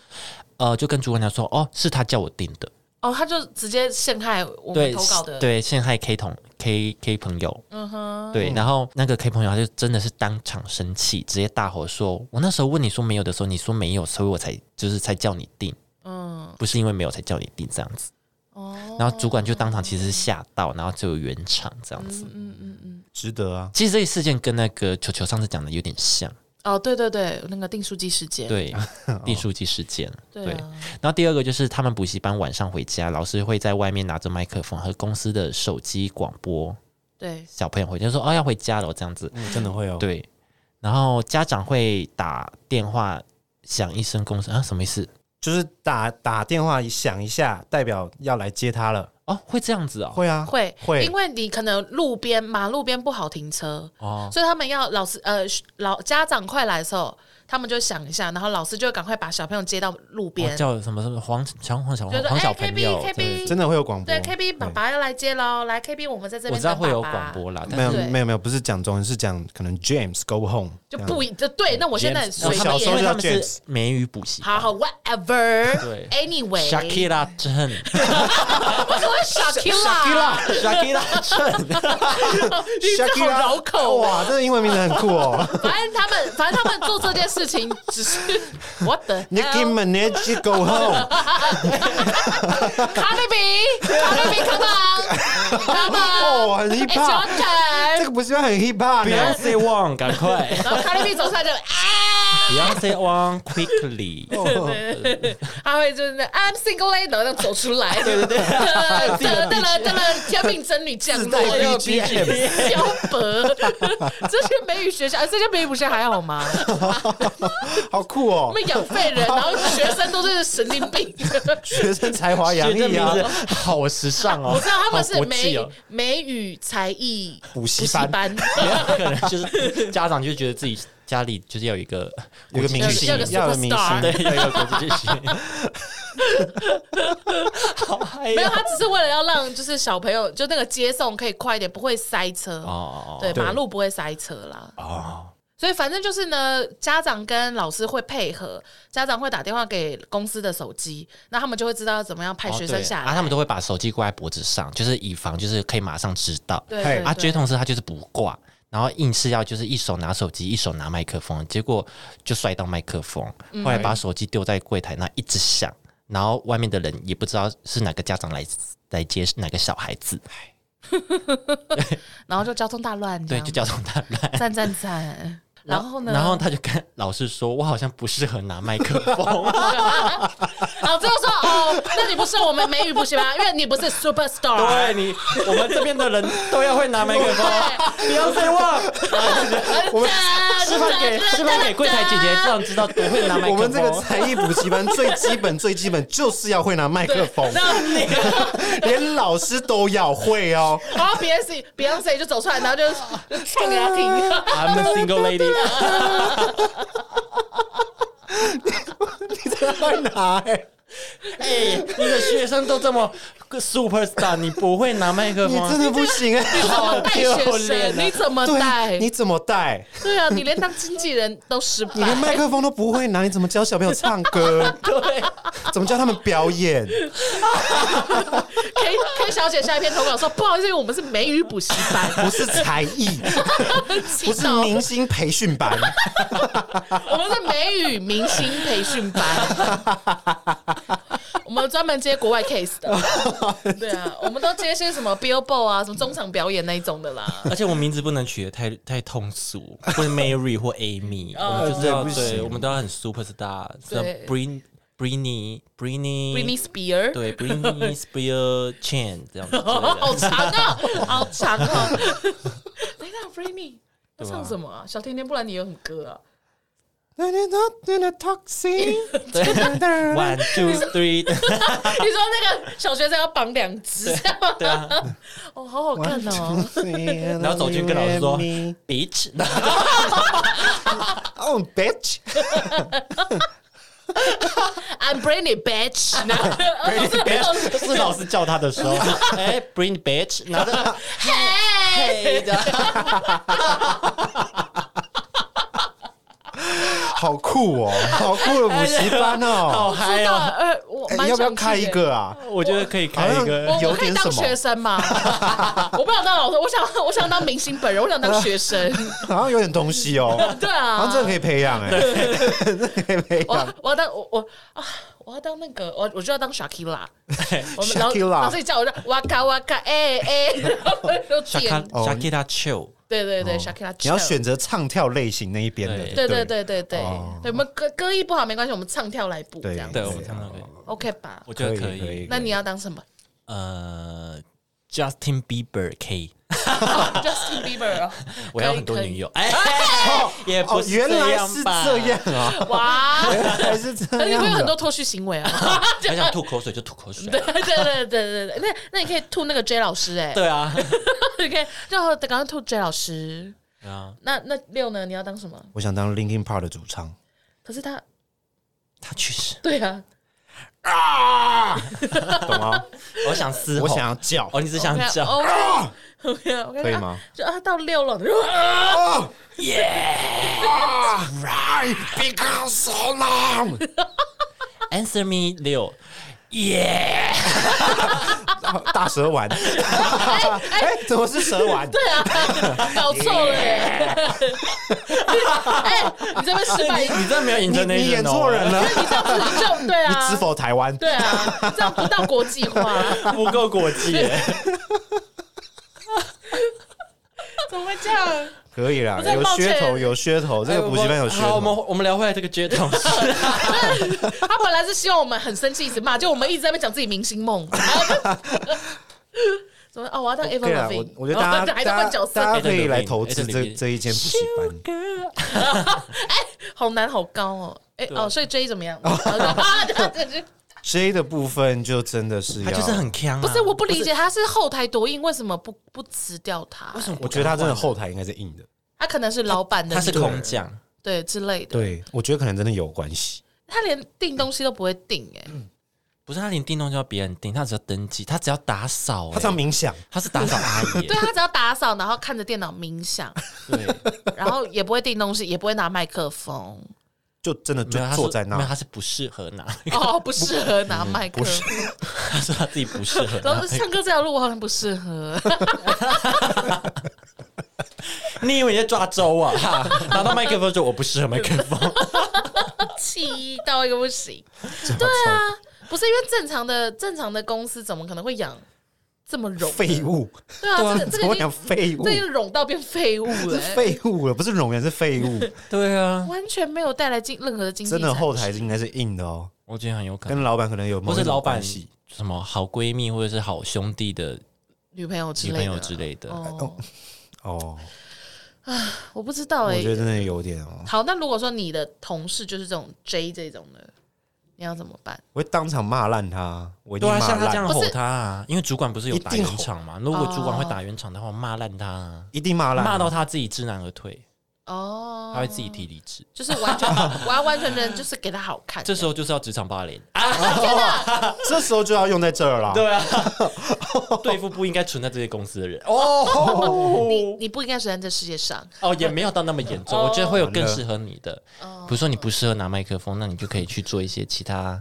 [SPEAKER 1] 呃，就跟主管讲说，哦，是他叫我订的，
[SPEAKER 3] 哦，他就直接陷害我们
[SPEAKER 1] 对，
[SPEAKER 3] 投稿的，，
[SPEAKER 1] 对，陷害 K 同 K K 朋友，
[SPEAKER 3] 嗯哼，
[SPEAKER 1] 对，然后那个 K 朋友他就真的是当场生气，直接大吼说，我那时候问你说没有的时候，你说没有，所以我才就是才叫你订，
[SPEAKER 3] 嗯，
[SPEAKER 1] 不是因为没有才叫你订这样子。
[SPEAKER 3] 哦，
[SPEAKER 1] 然后主管就当场其实是吓到，然后就有圆场这样子。
[SPEAKER 3] 嗯嗯嗯，
[SPEAKER 2] 值
[SPEAKER 3] *laughs*
[SPEAKER 2] 得啊！
[SPEAKER 1] 其实这个事件跟那个球球上次讲的有点像，
[SPEAKER 3] 哦，对对对，那个订书机事件，
[SPEAKER 1] 对，订书机事件，
[SPEAKER 3] 对啊，
[SPEAKER 1] 然后第二个就是他们补习班晚上回家，老师会在外面拿着麦克风和公司的手机广播
[SPEAKER 3] 对，
[SPEAKER 1] 小朋友回家，就说哦要回家了哦这样子，
[SPEAKER 2] 嗯真的会哦。
[SPEAKER 1] 对。然后家长会打电话响一声公司啊什么意思？
[SPEAKER 2] 就是打打电话响一下，代表要来接他了。
[SPEAKER 1] 哦会这样子哦
[SPEAKER 2] 会啊，
[SPEAKER 3] 会
[SPEAKER 2] 会
[SPEAKER 3] 因为你可能路边马路边不好停车，
[SPEAKER 1] 哦
[SPEAKER 3] 所以他们要老师呃老家长快来的时候，他们就想一下，然后老师就赶快把小朋友接到路
[SPEAKER 1] 哦
[SPEAKER 3] 边，
[SPEAKER 1] 叫什么什么黄黄黄小
[SPEAKER 3] 就
[SPEAKER 1] 黄
[SPEAKER 3] 说
[SPEAKER 1] 黄小
[SPEAKER 3] 哎
[SPEAKER 1] 朋友
[SPEAKER 3] KB
[SPEAKER 1] 对。
[SPEAKER 2] 真的会有广播。
[SPEAKER 3] 对，K B
[SPEAKER 2] 对
[SPEAKER 3] 爸爸要来接喽，来 K B，我们在这
[SPEAKER 1] 我
[SPEAKER 3] 边
[SPEAKER 1] 知道
[SPEAKER 3] 等
[SPEAKER 1] 会有
[SPEAKER 3] 爸爸
[SPEAKER 1] 广，播啦，
[SPEAKER 2] 没
[SPEAKER 1] 但
[SPEAKER 2] 有
[SPEAKER 1] 是
[SPEAKER 3] 对
[SPEAKER 2] 没有没有，不是讲中文，是讲可能 James go home
[SPEAKER 3] 就
[SPEAKER 2] 这样
[SPEAKER 3] 不一就对，那我现在
[SPEAKER 1] James-
[SPEAKER 3] 随
[SPEAKER 2] 小时
[SPEAKER 1] 因
[SPEAKER 3] 便
[SPEAKER 2] 候
[SPEAKER 1] 为
[SPEAKER 2] 就。
[SPEAKER 1] 他们是美语补习
[SPEAKER 3] 好哎
[SPEAKER 1] 班
[SPEAKER 3] 好，whatever，
[SPEAKER 1] 对
[SPEAKER 3] anyway，
[SPEAKER 1] ，Shakira 正
[SPEAKER 3] 为什么会 *laughs* Shakira？
[SPEAKER 1] ，Shakira 正， *laughs*
[SPEAKER 3] 你这好绕口啊！
[SPEAKER 2] 哇，这个英文名字很酷哦。
[SPEAKER 3] *laughs* 反正他们，反正他们做这件事情只是 what the
[SPEAKER 2] Nicki
[SPEAKER 3] hell？
[SPEAKER 2] Minaj go home，
[SPEAKER 3] *laughs* 卡利比，卡利比，come on，come on，
[SPEAKER 2] 哦，很 hip
[SPEAKER 3] it's your
[SPEAKER 2] hop，这
[SPEAKER 3] turn。
[SPEAKER 2] 个不是很 hip hop
[SPEAKER 1] 不
[SPEAKER 2] 呢
[SPEAKER 1] 要 say one，赶快。
[SPEAKER 3] *laughs* 然后卡利比走上来就啊，
[SPEAKER 1] Beyonce on *laughs* quickly，
[SPEAKER 2] 哦？
[SPEAKER 3] 他会就是那 I'm single lady，然后走出来，对对对， *laughs* 噔噔噔噔，天命真女降落，
[SPEAKER 2] 自带
[SPEAKER 3] 又
[SPEAKER 2] BGM
[SPEAKER 3] 萧伯，这些美语学校，哎这些美语不是还好吗？
[SPEAKER 2] 好酷
[SPEAKER 3] 我
[SPEAKER 2] 哦！
[SPEAKER 3] 们养废人，然后学生都是神经病。
[SPEAKER 2] 学生才华洋
[SPEAKER 1] 学生
[SPEAKER 2] 溢
[SPEAKER 1] 名
[SPEAKER 2] 啊
[SPEAKER 1] 字，好时尚哦，
[SPEAKER 3] *laughs* 我知道他们是
[SPEAKER 1] 好国
[SPEAKER 3] 美
[SPEAKER 1] 际
[SPEAKER 3] 语、
[SPEAKER 1] 哦，
[SPEAKER 3] 美语才艺
[SPEAKER 2] 补习
[SPEAKER 3] 习
[SPEAKER 2] 班
[SPEAKER 3] 班，
[SPEAKER 1] *laughs* 可能就是家长就觉得自己家里就是 *laughs* 要有一个
[SPEAKER 2] 有个明
[SPEAKER 1] 国际
[SPEAKER 2] 星
[SPEAKER 3] 有个，
[SPEAKER 2] 要有明
[SPEAKER 1] *laughs*
[SPEAKER 3] superstar
[SPEAKER 1] 对
[SPEAKER 2] 星，，
[SPEAKER 1] 要有一个国际巨
[SPEAKER 3] *laughs*
[SPEAKER 1] 星，好嗨
[SPEAKER 3] 没有，
[SPEAKER 1] 哦
[SPEAKER 3] 他只是为了要让就是小朋友就那个接送可以快一点，不会塞车。
[SPEAKER 1] 哦哦
[SPEAKER 3] 对，
[SPEAKER 2] 对
[SPEAKER 3] 马路不会塞车啦。
[SPEAKER 2] 哦，
[SPEAKER 3] 所以反正就是呢，家长跟老师会配合，家长会打电话给公司的手机，那他们就会知道怎么样派
[SPEAKER 1] 哦，
[SPEAKER 3] 学生
[SPEAKER 1] 对
[SPEAKER 3] 下来。
[SPEAKER 1] 啊，他们都会把手机挂在脖子上，就是以防就是可以马上知道。
[SPEAKER 3] 对
[SPEAKER 2] 嘿
[SPEAKER 3] 对
[SPEAKER 1] 啊，J
[SPEAKER 3] 对
[SPEAKER 1] 同事他就是不挂，然后硬是要就是一手拿手机，一手拿麦克风，结果就摔到麦克风，
[SPEAKER 2] 嗯
[SPEAKER 1] 后来把手机丢在柜台那一直响，然后外面的人也不知道是哪个家长来来接哪个小孩子，
[SPEAKER 3] 然后就交通大乱这
[SPEAKER 1] 对，
[SPEAKER 3] 样，
[SPEAKER 2] *laughs*
[SPEAKER 1] 就交通大乱。
[SPEAKER 3] 赞赞赞。然后呢？
[SPEAKER 1] 然后他就跟老师说：“我好像不适合拿麦克
[SPEAKER 2] *laughs*
[SPEAKER 1] 风。
[SPEAKER 3] 然后最后说 *laughs* 哦，那你不是我们美语补习班，因为你不是 super star。
[SPEAKER 1] 对你，我们这边的人都要会拿麦克
[SPEAKER 2] *laughs*
[SPEAKER 1] 风，不要奢望。
[SPEAKER 3] 我们
[SPEAKER 1] 示范
[SPEAKER 2] *laughs*
[SPEAKER 1] 给示范给柜台姐姐，让知道多会拿麦克风。
[SPEAKER 2] 我们这个才艺补习班最基本最基本就是要会拿麦克风，
[SPEAKER 3] *laughs* 让你，
[SPEAKER 2] 连老师都要会哦。
[SPEAKER 3] 然后 Beyonce Beyonce 就走出来，然后就就唱给他听。
[SPEAKER 1] I'm a single lady。
[SPEAKER 2] 你在乱拿哎、
[SPEAKER 1] 哎、你的学生都这么 super star，你不会拿麦克
[SPEAKER 2] 你
[SPEAKER 1] 风？啊
[SPEAKER 2] 真的不行哎、
[SPEAKER 3] 你怎么带学生？你怎么
[SPEAKER 2] 对啊，
[SPEAKER 3] 带？
[SPEAKER 2] 你怎么带？
[SPEAKER 3] 对啊，你连当经纪人都失败
[SPEAKER 2] 你。 *laughs* 连麦克风都不会拿，你怎么教小朋友唱歌？
[SPEAKER 1] *laughs* 对，
[SPEAKER 2] 怎么教他们表演？
[SPEAKER 3] K K 小姐下一篇投稿说：“不好意思，因为我们是美语补习班，*laughs*
[SPEAKER 2] 不是才艺，
[SPEAKER 3] 气
[SPEAKER 2] 不是
[SPEAKER 3] 到
[SPEAKER 2] 明星培训班，
[SPEAKER 3] 我们是美语明星培训班，我们专门接国外 case 的。对啊，我们都接些什么 Billboard 啊，什么中场表演那一种的啦。
[SPEAKER 1] 而且我名字不能取得太太通俗，或者 Mary 或 *laughs* Amy，我们就是要
[SPEAKER 2] 对不
[SPEAKER 1] 啊对，
[SPEAKER 2] 行
[SPEAKER 1] 我们都要很 super star，像
[SPEAKER 3] 对
[SPEAKER 1] Brin Britney
[SPEAKER 3] Britney
[SPEAKER 1] Britney
[SPEAKER 3] Spears，
[SPEAKER 1] 对 *laughs* Britney Spears Chan 这样子之类
[SPEAKER 3] 哦，
[SPEAKER 1] 的。
[SPEAKER 3] *laughs* 好长啊，好长啊。等一下，Britney 要唱什么啊？小甜甜，不然你有什么歌啊？
[SPEAKER 2] 那你都真的 toxic，
[SPEAKER 1] 对 *laughs* *laughs* ，One two three，
[SPEAKER 3] 你说那个小学生要绑两只，这样吗
[SPEAKER 1] 对啊，
[SPEAKER 3] 哦，好好看哦。
[SPEAKER 2] 然
[SPEAKER 1] 然后走进去跟老师说 *laughs* bitch，然后
[SPEAKER 2] ，Oh bitch，
[SPEAKER 3] I'm Britney bitch，然后
[SPEAKER 1] bitch 是老师叫他的时候， *laughs* 哎，bring bitch，拿 *laughs* 着哎
[SPEAKER 3] 嘿，
[SPEAKER 2] 好酷哦，好酷的补习班
[SPEAKER 1] 好
[SPEAKER 2] 哦。
[SPEAKER 1] 嗨
[SPEAKER 3] 那
[SPEAKER 1] 哦，
[SPEAKER 3] 呃，我
[SPEAKER 2] 哎
[SPEAKER 3] 蛮
[SPEAKER 2] 要不要
[SPEAKER 3] 想去
[SPEAKER 2] 开一
[SPEAKER 3] 的？
[SPEAKER 2] 个啊？
[SPEAKER 1] 我觉得可以开一
[SPEAKER 2] 好
[SPEAKER 1] 个
[SPEAKER 2] 像。
[SPEAKER 3] 我
[SPEAKER 2] 有
[SPEAKER 3] 我可以
[SPEAKER 2] 点
[SPEAKER 3] 当
[SPEAKER 2] 什么
[SPEAKER 3] 学生嘛？我不想当老师，我想我想当明星本人，我想当学生。
[SPEAKER 2] 好像有点东西哦，
[SPEAKER 3] 对 *laughs*
[SPEAKER 2] 好
[SPEAKER 3] 啊
[SPEAKER 2] 像，真的可以培养哎， *laughs* 真的可以培养
[SPEAKER 3] 我。我要当我我啊，我要当那个我我就要当 Shakira。我们
[SPEAKER 2] Shakira
[SPEAKER 3] 老老师一叫我就哇咔哇咔 *laughs* 哎哎，然后就点
[SPEAKER 1] Shakira
[SPEAKER 2] 哦
[SPEAKER 1] Shakira chill，
[SPEAKER 3] 对对对，Shakira。
[SPEAKER 2] 你要选。哦择唱跳类型那一边的，
[SPEAKER 3] 对对对对对，对我们歌歌艺不好没关系，我们唱跳来补这
[SPEAKER 2] 对哦
[SPEAKER 3] 样
[SPEAKER 1] 对我们唱到对，
[SPEAKER 3] ，OK 吧？
[SPEAKER 1] 我觉得
[SPEAKER 2] 可
[SPEAKER 1] 可
[SPEAKER 2] 以可以
[SPEAKER 1] 以。
[SPEAKER 3] 那你要当什么
[SPEAKER 1] 呃，Justin Bieber K，
[SPEAKER 3] *laughs* ？Justin Bieber 哦
[SPEAKER 1] 我要很多
[SPEAKER 3] 可以
[SPEAKER 1] 女友，哎，
[SPEAKER 2] *laughs*
[SPEAKER 1] 也不
[SPEAKER 2] 哦，
[SPEAKER 1] 是
[SPEAKER 2] 原来是
[SPEAKER 1] 吧
[SPEAKER 2] 这，样啊，
[SPEAKER 3] 哇，
[SPEAKER 2] 原来是这
[SPEAKER 3] 可是你
[SPEAKER 2] 样
[SPEAKER 3] 会有很
[SPEAKER 2] 的
[SPEAKER 3] 多脱序行为啊！
[SPEAKER 1] 很想吐口水就吐口水啊
[SPEAKER 3] 对， *laughs* 对对对对对，那那你可以吐那个 J 老师哎、
[SPEAKER 1] 对啊，
[SPEAKER 3] *laughs* 你可以然后刚刚吐 J 老师。
[SPEAKER 1] 对啊，
[SPEAKER 3] 那那六呢？你要当什么？
[SPEAKER 2] 我想当 Linkin Park 的主唱，
[SPEAKER 3] 可是他
[SPEAKER 1] 他去世，
[SPEAKER 3] 对啊，
[SPEAKER 2] 啊懂吗？
[SPEAKER 1] 我想嘶吼，
[SPEAKER 2] 我想要叫，
[SPEAKER 1] 哦，你只想
[SPEAKER 3] 看
[SPEAKER 1] 叫，
[SPEAKER 3] 哦，我看我看
[SPEAKER 2] 可以吗？
[SPEAKER 3] 就 *laughs* 啊，到六了，
[SPEAKER 2] 哦，Yeah，right because so long，
[SPEAKER 1] Answer me 六。耶！
[SPEAKER 2] 大蛇丸，哎，怎么是蛇丸？
[SPEAKER 3] 对啊，搞错了耶！ *laughs* 哎，你这边失败，
[SPEAKER 1] *laughs* 你这没有
[SPEAKER 2] 你
[SPEAKER 1] intonation，
[SPEAKER 2] 你演错人
[SPEAKER 1] 哦，
[SPEAKER 2] 了，
[SPEAKER 3] 就对
[SPEAKER 2] 你
[SPEAKER 3] 啊，
[SPEAKER 2] 知否台湾？
[SPEAKER 3] 对啊，这样不到国际化，
[SPEAKER 1] 不够国
[SPEAKER 2] *laughs*
[SPEAKER 1] 际耶。
[SPEAKER 3] *laughs* 怎么会这样？
[SPEAKER 2] 可以啦，
[SPEAKER 3] 在
[SPEAKER 2] 有
[SPEAKER 3] 抱歉
[SPEAKER 2] 噱头，有噱头，这个补习班有噱
[SPEAKER 1] 好，我们
[SPEAKER 2] 头。
[SPEAKER 1] 我们聊回来这个 J 同
[SPEAKER 2] *laughs* 啊
[SPEAKER 1] 事，
[SPEAKER 3] *laughs* 他本来是希望我们很生气一直骂，就我们一直在那边讲自己明星
[SPEAKER 2] *laughs*
[SPEAKER 3] 梦。怎么？哦，我要当 Evan
[SPEAKER 2] 对
[SPEAKER 3] l
[SPEAKER 2] 啦
[SPEAKER 3] e，
[SPEAKER 2] 啊我
[SPEAKER 3] v
[SPEAKER 2] 我觉得大家
[SPEAKER 3] 还在
[SPEAKER 2] 大
[SPEAKER 3] 换
[SPEAKER 2] 家
[SPEAKER 3] 角
[SPEAKER 2] 大
[SPEAKER 3] 色
[SPEAKER 2] 家，可以来投资
[SPEAKER 1] Adam
[SPEAKER 2] 这
[SPEAKER 1] Levine
[SPEAKER 2] 这一间补习班，
[SPEAKER 3] 好难，好高哦。哎
[SPEAKER 2] 啊
[SPEAKER 3] 哦，所以 J 怎么
[SPEAKER 2] *laughs*
[SPEAKER 3] 样？ *laughs* 不
[SPEAKER 2] ，J 的部分就真的是
[SPEAKER 1] 他
[SPEAKER 2] 要，
[SPEAKER 1] 就是很强、啊。
[SPEAKER 3] 是，我不理解，他是后台夺印，为什么不不辞掉他？
[SPEAKER 1] 为什么不敢
[SPEAKER 2] 我
[SPEAKER 1] 换？
[SPEAKER 2] 觉得他真的后台应该是硬的，
[SPEAKER 3] 他可能是老板的
[SPEAKER 1] 他是
[SPEAKER 3] 女儿
[SPEAKER 1] 空降，
[SPEAKER 3] 对之类的，
[SPEAKER 2] 对我觉得可能真的有关系。
[SPEAKER 3] 他连订东西都不会订哎。
[SPEAKER 1] 嗯不是他连订东西要别人订，他只要登记，他只要打扫、欸，
[SPEAKER 2] 他唱冥想，
[SPEAKER 1] 他是打扫阿 *laughs* 姨、
[SPEAKER 3] 对他只要打扫，然后看着电脑冥想，
[SPEAKER 1] 对，
[SPEAKER 3] 然后也不会订东西，也不会拿麦
[SPEAKER 1] *laughs*
[SPEAKER 3] 克风。
[SPEAKER 2] 就真的就
[SPEAKER 1] 没有他是
[SPEAKER 2] 坐在那
[SPEAKER 1] 没有，他是不适合拿， *laughs*
[SPEAKER 3] 哦，不适合拿麦克风。
[SPEAKER 1] 他说他自己不适合
[SPEAKER 3] 然
[SPEAKER 1] 拿
[SPEAKER 3] 后。唱歌这条路我好像不适合。
[SPEAKER 1] *laughs*
[SPEAKER 3] *laughs*
[SPEAKER 1] 你以为你在抓周 *laughs* 啊？哈拿到麦克风就我不适合麦克风，
[SPEAKER 3] 气到一个不行。对啊，不是因为正常的正常的公司怎么可能会养这么冗，
[SPEAKER 2] 废物，
[SPEAKER 3] 对
[SPEAKER 2] *laughs*
[SPEAKER 3] 啊，这个这
[SPEAKER 2] 怎
[SPEAKER 3] 个
[SPEAKER 2] 么
[SPEAKER 3] 已
[SPEAKER 2] 讲
[SPEAKER 3] 经
[SPEAKER 2] 废物
[SPEAKER 3] 这？个冗到变废物
[SPEAKER 2] 是
[SPEAKER 3] 了、欸，
[SPEAKER 2] 废物了，不是冗员，是 *laughs* 废物。
[SPEAKER 1] *laughs* 对啊，
[SPEAKER 3] 完全没有带来经任何的经济
[SPEAKER 2] 真
[SPEAKER 3] 产值。
[SPEAKER 2] 的后台应该是硬的哦，
[SPEAKER 1] 我觉得很有可能，
[SPEAKER 2] 跟老板可能有某
[SPEAKER 1] 或是
[SPEAKER 2] 种
[SPEAKER 1] 老板
[SPEAKER 2] 关系
[SPEAKER 1] 什么好闺蜜或者是好兄弟的
[SPEAKER 3] 女朋友之
[SPEAKER 1] 女
[SPEAKER 3] 类的，
[SPEAKER 1] 朋友之类的，
[SPEAKER 3] 哦，
[SPEAKER 2] 哦。
[SPEAKER 3] 我不知道
[SPEAKER 2] 我
[SPEAKER 3] 哎、
[SPEAKER 2] 觉得真的有点哦，
[SPEAKER 3] 好，那如果说你的同事就是这种 J 这种的，你要怎么办？
[SPEAKER 2] 我会当场骂烂他，我一定
[SPEAKER 1] 对
[SPEAKER 2] 骂
[SPEAKER 1] 啊，像他这样
[SPEAKER 2] 烂，
[SPEAKER 1] 吼他啊，因为主管不是有
[SPEAKER 2] 一
[SPEAKER 1] 打
[SPEAKER 2] 定
[SPEAKER 1] 圆场嘛，如果主管会打圆场的话，骂烂他啊，
[SPEAKER 2] 一定骂烂，
[SPEAKER 1] 骂到他自己知难而退，
[SPEAKER 3] 哦，
[SPEAKER 1] 他会自己提离职。
[SPEAKER 3] 就是完全，我要完全的就是给他好看。
[SPEAKER 1] 这时候就是要职场霸凌，
[SPEAKER 2] 这时候就要用在这儿啦。
[SPEAKER 1] 对啊，对付不应该存在这些公司的人。
[SPEAKER 3] 你
[SPEAKER 1] 哦，
[SPEAKER 3] 你不应该存在这世界上。
[SPEAKER 1] 哦，也没有到那么严重，
[SPEAKER 3] 哦
[SPEAKER 1] 我觉得会有更适合你的。比如说你不适合拿麦克风，那你就可以去做一些其他。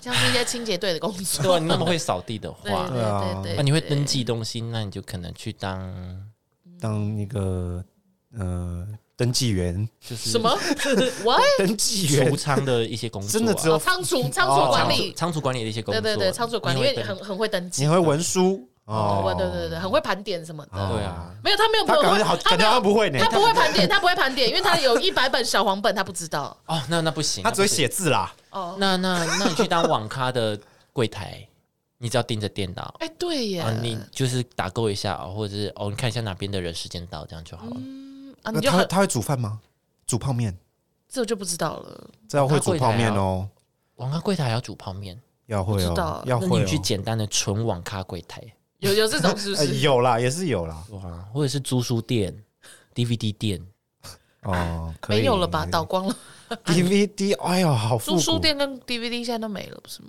[SPEAKER 3] 像是一些清洁队的工作。
[SPEAKER 1] 对啊，你那么会扫地的
[SPEAKER 3] 对
[SPEAKER 1] 话，
[SPEAKER 3] 对
[SPEAKER 2] 啊
[SPEAKER 3] 对对，
[SPEAKER 1] 那你会
[SPEAKER 3] 对
[SPEAKER 1] 登记东西，那你就可能去当
[SPEAKER 2] 当那个呃登记员，
[SPEAKER 1] 就是
[SPEAKER 3] *laughs* 什么 *laughs* ？What？
[SPEAKER 2] 登记
[SPEAKER 1] 储
[SPEAKER 2] 员
[SPEAKER 1] 仓的一些工作啊，
[SPEAKER 2] 真的只有
[SPEAKER 3] 哦仓储仓
[SPEAKER 2] 哦
[SPEAKER 3] 储管
[SPEAKER 1] 仓
[SPEAKER 3] 理
[SPEAKER 1] 储，仓储管理的一些工
[SPEAKER 3] 对
[SPEAKER 1] 作，
[SPEAKER 3] 对对，仓储管理，因
[SPEAKER 1] 你
[SPEAKER 3] 为
[SPEAKER 1] 会
[SPEAKER 3] 你很
[SPEAKER 1] 登
[SPEAKER 3] 很会登
[SPEAKER 2] 你
[SPEAKER 3] 记。
[SPEAKER 2] 会文书
[SPEAKER 3] 哦，对对
[SPEAKER 2] 哦，
[SPEAKER 3] 对，很会盘点什么的。
[SPEAKER 2] 哦
[SPEAKER 1] 对啊，
[SPEAKER 3] 没有，他没有，
[SPEAKER 2] 他感觉好，
[SPEAKER 3] 他
[SPEAKER 2] 感
[SPEAKER 3] 没
[SPEAKER 2] 觉
[SPEAKER 3] 有，
[SPEAKER 2] 他不会呢，
[SPEAKER 3] 他不会盘点，他不会盘点，因为他有一百本小黄本，他不知道。
[SPEAKER 1] 哦，那那不行，
[SPEAKER 2] 他只
[SPEAKER 1] 那不
[SPEAKER 2] 会
[SPEAKER 1] 行
[SPEAKER 2] 写字啦。
[SPEAKER 3] *laughs* 哦，
[SPEAKER 1] 那那那你去当网咖的柜
[SPEAKER 3] *laughs*
[SPEAKER 1] 台，你只要盯着电脑
[SPEAKER 3] 哎，对耶
[SPEAKER 1] 啊，，你就是打勾一下，哦或者是哦，你看一下哪边的人时间到，这样就好了。
[SPEAKER 3] 啊，
[SPEAKER 2] 那
[SPEAKER 3] 你就
[SPEAKER 2] 他
[SPEAKER 3] 很
[SPEAKER 2] 他会煮饭吗？煮泡面，
[SPEAKER 3] 这我就不知道了。
[SPEAKER 2] 这要会煮泡面哦，
[SPEAKER 1] 网咖柜台还要煮泡面，
[SPEAKER 2] 要会
[SPEAKER 3] 不知道
[SPEAKER 2] 哦，要
[SPEAKER 1] 那
[SPEAKER 2] 会
[SPEAKER 1] 你
[SPEAKER 2] 哦
[SPEAKER 1] 去。简单的纯网咖柜台，
[SPEAKER 3] 有有这种是不
[SPEAKER 2] *laughs* 呃
[SPEAKER 3] 是？
[SPEAKER 2] 有啦，也是有啦，
[SPEAKER 1] 哇，或者是租书店、DVD 店，
[SPEAKER 2] 哦，可以
[SPEAKER 3] *laughs* 没有了吧？倒光了。
[SPEAKER 2] DVD，哎呦，好复
[SPEAKER 3] 租
[SPEAKER 2] 古。
[SPEAKER 3] 书店跟 DVD 现在都没了，不是吗？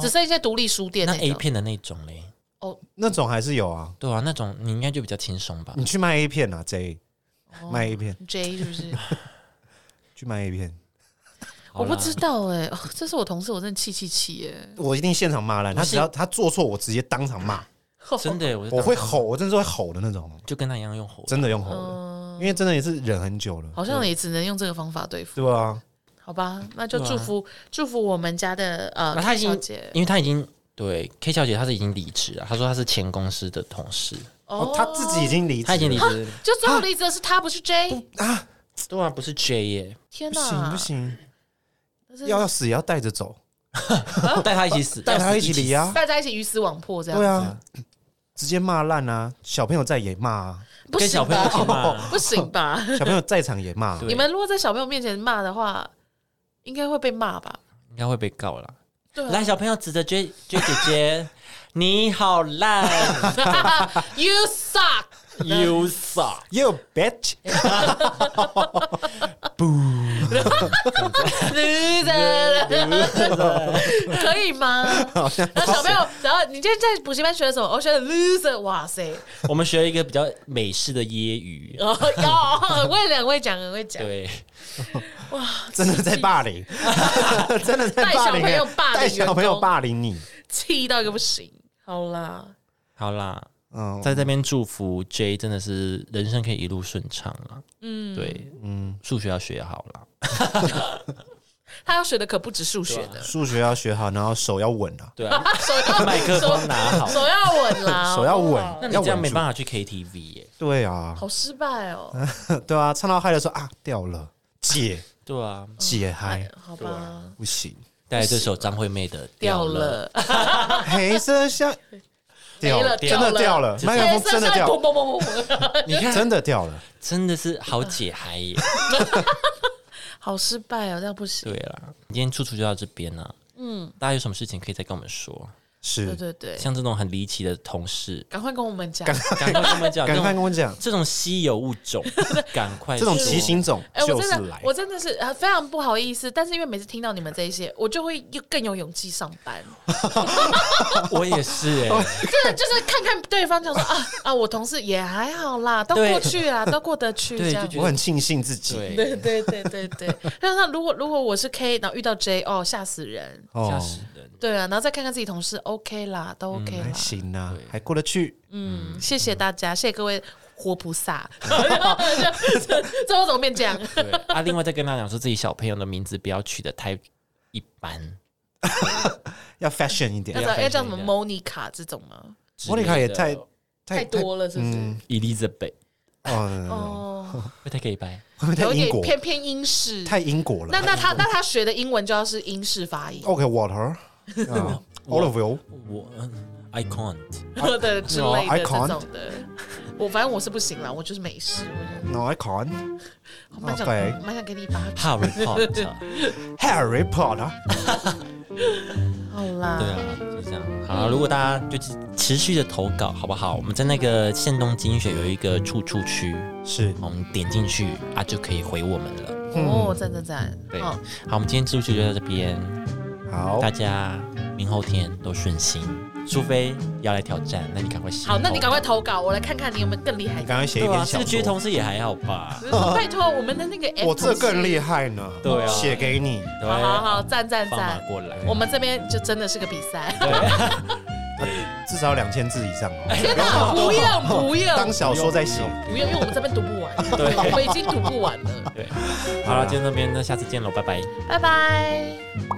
[SPEAKER 3] 只剩一些独立书店
[SPEAKER 1] 那
[SPEAKER 3] 种
[SPEAKER 1] A 片的那种嘞，
[SPEAKER 2] 那种还是有啊，
[SPEAKER 1] 对啊，那种你应该就比较轻松吧
[SPEAKER 2] 你。去卖 A 片啊，J
[SPEAKER 3] 哦
[SPEAKER 2] 卖 A 片，
[SPEAKER 3] J 是不 *laughs* 是？
[SPEAKER 2] 去卖 A 片，
[SPEAKER 1] 好
[SPEAKER 3] 我
[SPEAKER 1] 啦
[SPEAKER 3] 不知道哎、哦这是我同事，我真的气气气哎！
[SPEAKER 2] 我一定现场骂烂他，
[SPEAKER 1] 不是
[SPEAKER 2] 只要他做错，我直接当场骂，
[SPEAKER 1] 真的耶，
[SPEAKER 3] 嗯
[SPEAKER 1] 我就
[SPEAKER 2] 我会
[SPEAKER 1] 当
[SPEAKER 2] 吼，我真的是会吼的那种，
[SPEAKER 1] 就跟他一样用火，
[SPEAKER 2] 真的用吼的，
[SPEAKER 3] 嗯，
[SPEAKER 2] 因为真的也是忍很久了，
[SPEAKER 3] 好像也只能用这个方法对付，
[SPEAKER 2] 对吧？
[SPEAKER 3] 好吧？那就
[SPEAKER 1] 对啊
[SPEAKER 3] 祝福、祝福我们家的呃
[SPEAKER 1] 那她
[SPEAKER 3] K
[SPEAKER 1] 已经
[SPEAKER 3] 小姐
[SPEAKER 1] 因为他已经对 K 小姐，她是已经离职了，她说她是前公司的同事，
[SPEAKER 2] 哦，他自己已经离职了，
[SPEAKER 1] 她已经离职了。
[SPEAKER 3] 就最后的意思是她不是 J，
[SPEAKER 1] 对啊，不是 J 耶，
[SPEAKER 3] 天
[SPEAKER 2] 不
[SPEAKER 3] 哪，
[SPEAKER 2] 行不行，
[SPEAKER 3] 啊真的是
[SPEAKER 2] 要要死也要带着走，
[SPEAKER 3] 啊
[SPEAKER 1] 带他一起死，
[SPEAKER 2] *laughs* 带
[SPEAKER 1] 要
[SPEAKER 2] 他
[SPEAKER 1] 死
[SPEAKER 2] 一起离啊，
[SPEAKER 3] 大家一起鱼死网破这样，
[SPEAKER 2] 对啊，直接骂烂啊，小朋友在也骂
[SPEAKER 1] *laughs*
[SPEAKER 2] 啊，
[SPEAKER 3] 不
[SPEAKER 1] 跟
[SPEAKER 3] 行
[SPEAKER 1] 小朋友一
[SPEAKER 3] 吧？
[SPEAKER 1] 起骂，
[SPEAKER 2] 哦
[SPEAKER 3] 不行
[SPEAKER 2] *laughs*
[SPEAKER 3] 吧？
[SPEAKER 2] 小朋友在场也骂啊，
[SPEAKER 1] 对
[SPEAKER 3] 你们如果在小朋友面前骂的话，应该会被骂
[SPEAKER 2] *laughs*
[SPEAKER 3] 吧？
[SPEAKER 1] 应该会被告啦。
[SPEAKER 3] 对啊
[SPEAKER 1] 来，小朋友指着 J J 姐姐， *laughs* 你好
[SPEAKER 3] *laughs*
[SPEAKER 1] 烂
[SPEAKER 3] You suck，
[SPEAKER 1] ，You suck，
[SPEAKER 2] ，You bitch，
[SPEAKER 3] 哎 loser，可以
[SPEAKER 2] *laughs*
[SPEAKER 3] 吗？那小朋友，然后你今天在补习班学了什么？我学了 loser，哇塞，
[SPEAKER 1] *laughs* 我们学了一个比较美式的揶揄，
[SPEAKER 3] 哦哟，很
[SPEAKER 2] *laughs*
[SPEAKER 3] 会讲，很会讲，很会讲，
[SPEAKER 1] 对，
[SPEAKER 2] 真的在霸凌， *laughs* 真的在霸
[SPEAKER 3] 带小
[SPEAKER 2] 凌
[SPEAKER 3] 朋友
[SPEAKER 2] 欸，
[SPEAKER 3] 霸凌
[SPEAKER 2] 带
[SPEAKER 3] 员工
[SPEAKER 2] 小朋友霸凌你，
[SPEAKER 3] 气到一个不行。好啦，
[SPEAKER 1] 好啦，
[SPEAKER 2] 嗯，
[SPEAKER 1] 在这边祝福 J 真的是人生可以一路顺畅啊，嗯，对，嗯，数学要学好啦，
[SPEAKER 3] 他要学的可不止数学
[SPEAKER 2] *laughs*
[SPEAKER 3] 的，
[SPEAKER 2] 数学要学好，然后手要稳啊，
[SPEAKER 1] 对啊，
[SPEAKER 3] 手要
[SPEAKER 1] 麦克风拿好，
[SPEAKER 3] 手要稳啦，
[SPEAKER 2] *laughs* 手要稳
[SPEAKER 3] 哇
[SPEAKER 1] 那你
[SPEAKER 2] 要
[SPEAKER 1] 这样
[SPEAKER 2] 稳
[SPEAKER 1] 没
[SPEAKER 2] 住
[SPEAKER 1] 办法去 KTV 耶，
[SPEAKER 2] 对啊， *laughs*
[SPEAKER 3] 好失败哦。
[SPEAKER 2] 对啊，唱到嗨的时候啊掉了，
[SPEAKER 3] *laughs*
[SPEAKER 2] 解
[SPEAKER 1] 对啊，
[SPEAKER 2] 解嗨
[SPEAKER 3] 好吧，
[SPEAKER 2] 不行，
[SPEAKER 1] 带来这首张惠妹的《
[SPEAKER 2] 啊
[SPEAKER 3] 掉
[SPEAKER 1] 了
[SPEAKER 3] 了，
[SPEAKER 2] 黑色像掉
[SPEAKER 3] *laughs* 没了
[SPEAKER 2] 真的
[SPEAKER 3] *laughs*
[SPEAKER 2] 掉了，麦克风真的掉
[SPEAKER 3] 砰
[SPEAKER 2] 了，
[SPEAKER 3] 砰砰砰，
[SPEAKER 1] 你看
[SPEAKER 2] 真的掉了，》，
[SPEAKER 1] 真的是好解嗨 *laughs* 耶。
[SPEAKER 3] 好失败哦，这样不行
[SPEAKER 1] 对。啦，今天处处就到这边了、嗯，大家有什么事情可以再跟我们说？
[SPEAKER 3] 对
[SPEAKER 2] 是，
[SPEAKER 3] 对对，
[SPEAKER 1] 像这种很离奇的同
[SPEAKER 2] *laughs*
[SPEAKER 1] 事，
[SPEAKER 3] 赶快跟我们讲。
[SPEAKER 1] 赶快跟我们讲，这
[SPEAKER 2] 赶快
[SPEAKER 1] 种
[SPEAKER 2] 跟我讲，
[SPEAKER 1] 这种稀有物 *laughs* 种，赶快
[SPEAKER 2] 这种
[SPEAKER 1] 说
[SPEAKER 2] 奇形种
[SPEAKER 3] 哎、
[SPEAKER 2] 就
[SPEAKER 3] 我
[SPEAKER 2] 是
[SPEAKER 3] 真的
[SPEAKER 2] 来，
[SPEAKER 3] 我真的是呃非常不好意思，但是因为每次听到你们这一些，我就会又更有勇气上班。
[SPEAKER 1] *laughs* 我也是
[SPEAKER 2] 哦
[SPEAKER 1] 哎、
[SPEAKER 3] 真的就是看看对方，就说啊啊，我同事也还好啦，都
[SPEAKER 1] 对
[SPEAKER 3] 过去啦，都过得去
[SPEAKER 1] 对
[SPEAKER 3] 这样
[SPEAKER 1] 就。觉
[SPEAKER 2] 我很庆幸自己，
[SPEAKER 1] 对，
[SPEAKER 3] 对对对对对，那那如果如果我是 K，然后遇到 J，哦吓死人，
[SPEAKER 2] 哦
[SPEAKER 1] 吓死人。
[SPEAKER 3] 对啊，然后再看看自己同事，OK 啦，都 OK 啦
[SPEAKER 2] 还，行啊，还过得去。
[SPEAKER 3] 嗯，谢谢大家，谢谢各位活菩萨，最后怎么变这样？
[SPEAKER 1] 对啊，另外再跟他讲说，自己小朋友的名字不要取得太一般，
[SPEAKER 3] 嗯
[SPEAKER 2] 要 fashion 一
[SPEAKER 3] 要
[SPEAKER 2] 点
[SPEAKER 1] 对。
[SPEAKER 3] 叫
[SPEAKER 1] 要
[SPEAKER 3] 要叫什么
[SPEAKER 1] 分
[SPEAKER 3] Monica 这种吗？
[SPEAKER 1] 之
[SPEAKER 2] 莫妮卡
[SPEAKER 1] 类
[SPEAKER 2] 也
[SPEAKER 1] 的
[SPEAKER 2] 太
[SPEAKER 3] 太多了，是不是？
[SPEAKER 2] 嗯，
[SPEAKER 1] Elizabeth
[SPEAKER 2] 哦，
[SPEAKER 3] 哦，
[SPEAKER 1] 会太 gay 白，
[SPEAKER 2] 会不会太
[SPEAKER 3] 有
[SPEAKER 2] 英
[SPEAKER 3] 点
[SPEAKER 2] 国？
[SPEAKER 3] 偏偏英式。
[SPEAKER 2] 太英国了。
[SPEAKER 3] 那那他那他学的英文就要是英式发音 *laughs*
[SPEAKER 2] OK water，啊 olive oil，
[SPEAKER 1] 我嗯 I can't，
[SPEAKER 3] *laughs* 的之
[SPEAKER 1] 哦
[SPEAKER 3] 类
[SPEAKER 2] No, I
[SPEAKER 3] 的这
[SPEAKER 2] can't.
[SPEAKER 3] 种
[SPEAKER 1] *laughs*
[SPEAKER 3] 的。我反正我是不行了，我就是美式，我
[SPEAKER 2] ，no I can't。
[SPEAKER 1] 哦
[SPEAKER 3] 就蛮想
[SPEAKER 2] OK
[SPEAKER 3] 蛮想给你一巴掌。
[SPEAKER 1] 哈利波特，
[SPEAKER 2] Harry Potter，
[SPEAKER 3] 好啦，
[SPEAKER 1] 对啊，就这样。好了，如果大家就是持续的投稿，好不好？我们在那个县东精选有一个处处区，
[SPEAKER 2] 是
[SPEAKER 1] 我们点进去啊就可以回我们了。
[SPEAKER 3] 哦，赞赞赞，
[SPEAKER 1] 嗯对，
[SPEAKER 3] 好
[SPEAKER 1] 好，我们今天自助区就到这边，
[SPEAKER 2] 好
[SPEAKER 1] 大，家明后天都顺心，除非要来挑战，那你赶快哦写。
[SPEAKER 3] 好，那你赶快投稿，我来看看你有没有更厉害
[SPEAKER 2] 你
[SPEAKER 3] 的。
[SPEAKER 2] 刚刚写一
[SPEAKER 1] 对
[SPEAKER 2] 篇
[SPEAKER 1] 啊，这
[SPEAKER 2] 小
[SPEAKER 1] 个剧
[SPEAKER 2] 说，
[SPEAKER 1] 同事也还好吧？
[SPEAKER 3] 拜托，我们的那
[SPEAKER 1] *laughs*
[SPEAKER 3] 个 app
[SPEAKER 2] 我这更厉害呢，
[SPEAKER 1] 对啊
[SPEAKER 2] 写给你，
[SPEAKER 1] 对，
[SPEAKER 3] 好好好，赞赞
[SPEAKER 1] 放马
[SPEAKER 3] 赞，
[SPEAKER 1] 过来。
[SPEAKER 3] 我们这边就真的是个比赛。 *laughs*
[SPEAKER 2] 至少两千字以上哦，
[SPEAKER 3] 哎天哪，不用不
[SPEAKER 2] 当
[SPEAKER 3] 用
[SPEAKER 2] 小说在写。
[SPEAKER 3] 不用，因为我们这边读不完，
[SPEAKER 1] *laughs* 对
[SPEAKER 3] 我们已经读不完了。
[SPEAKER 1] 对，好了，今天这边，那下次见喽，拜拜。
[SPEAKER 3] 拜拜。
[SPEAKER 2] 拜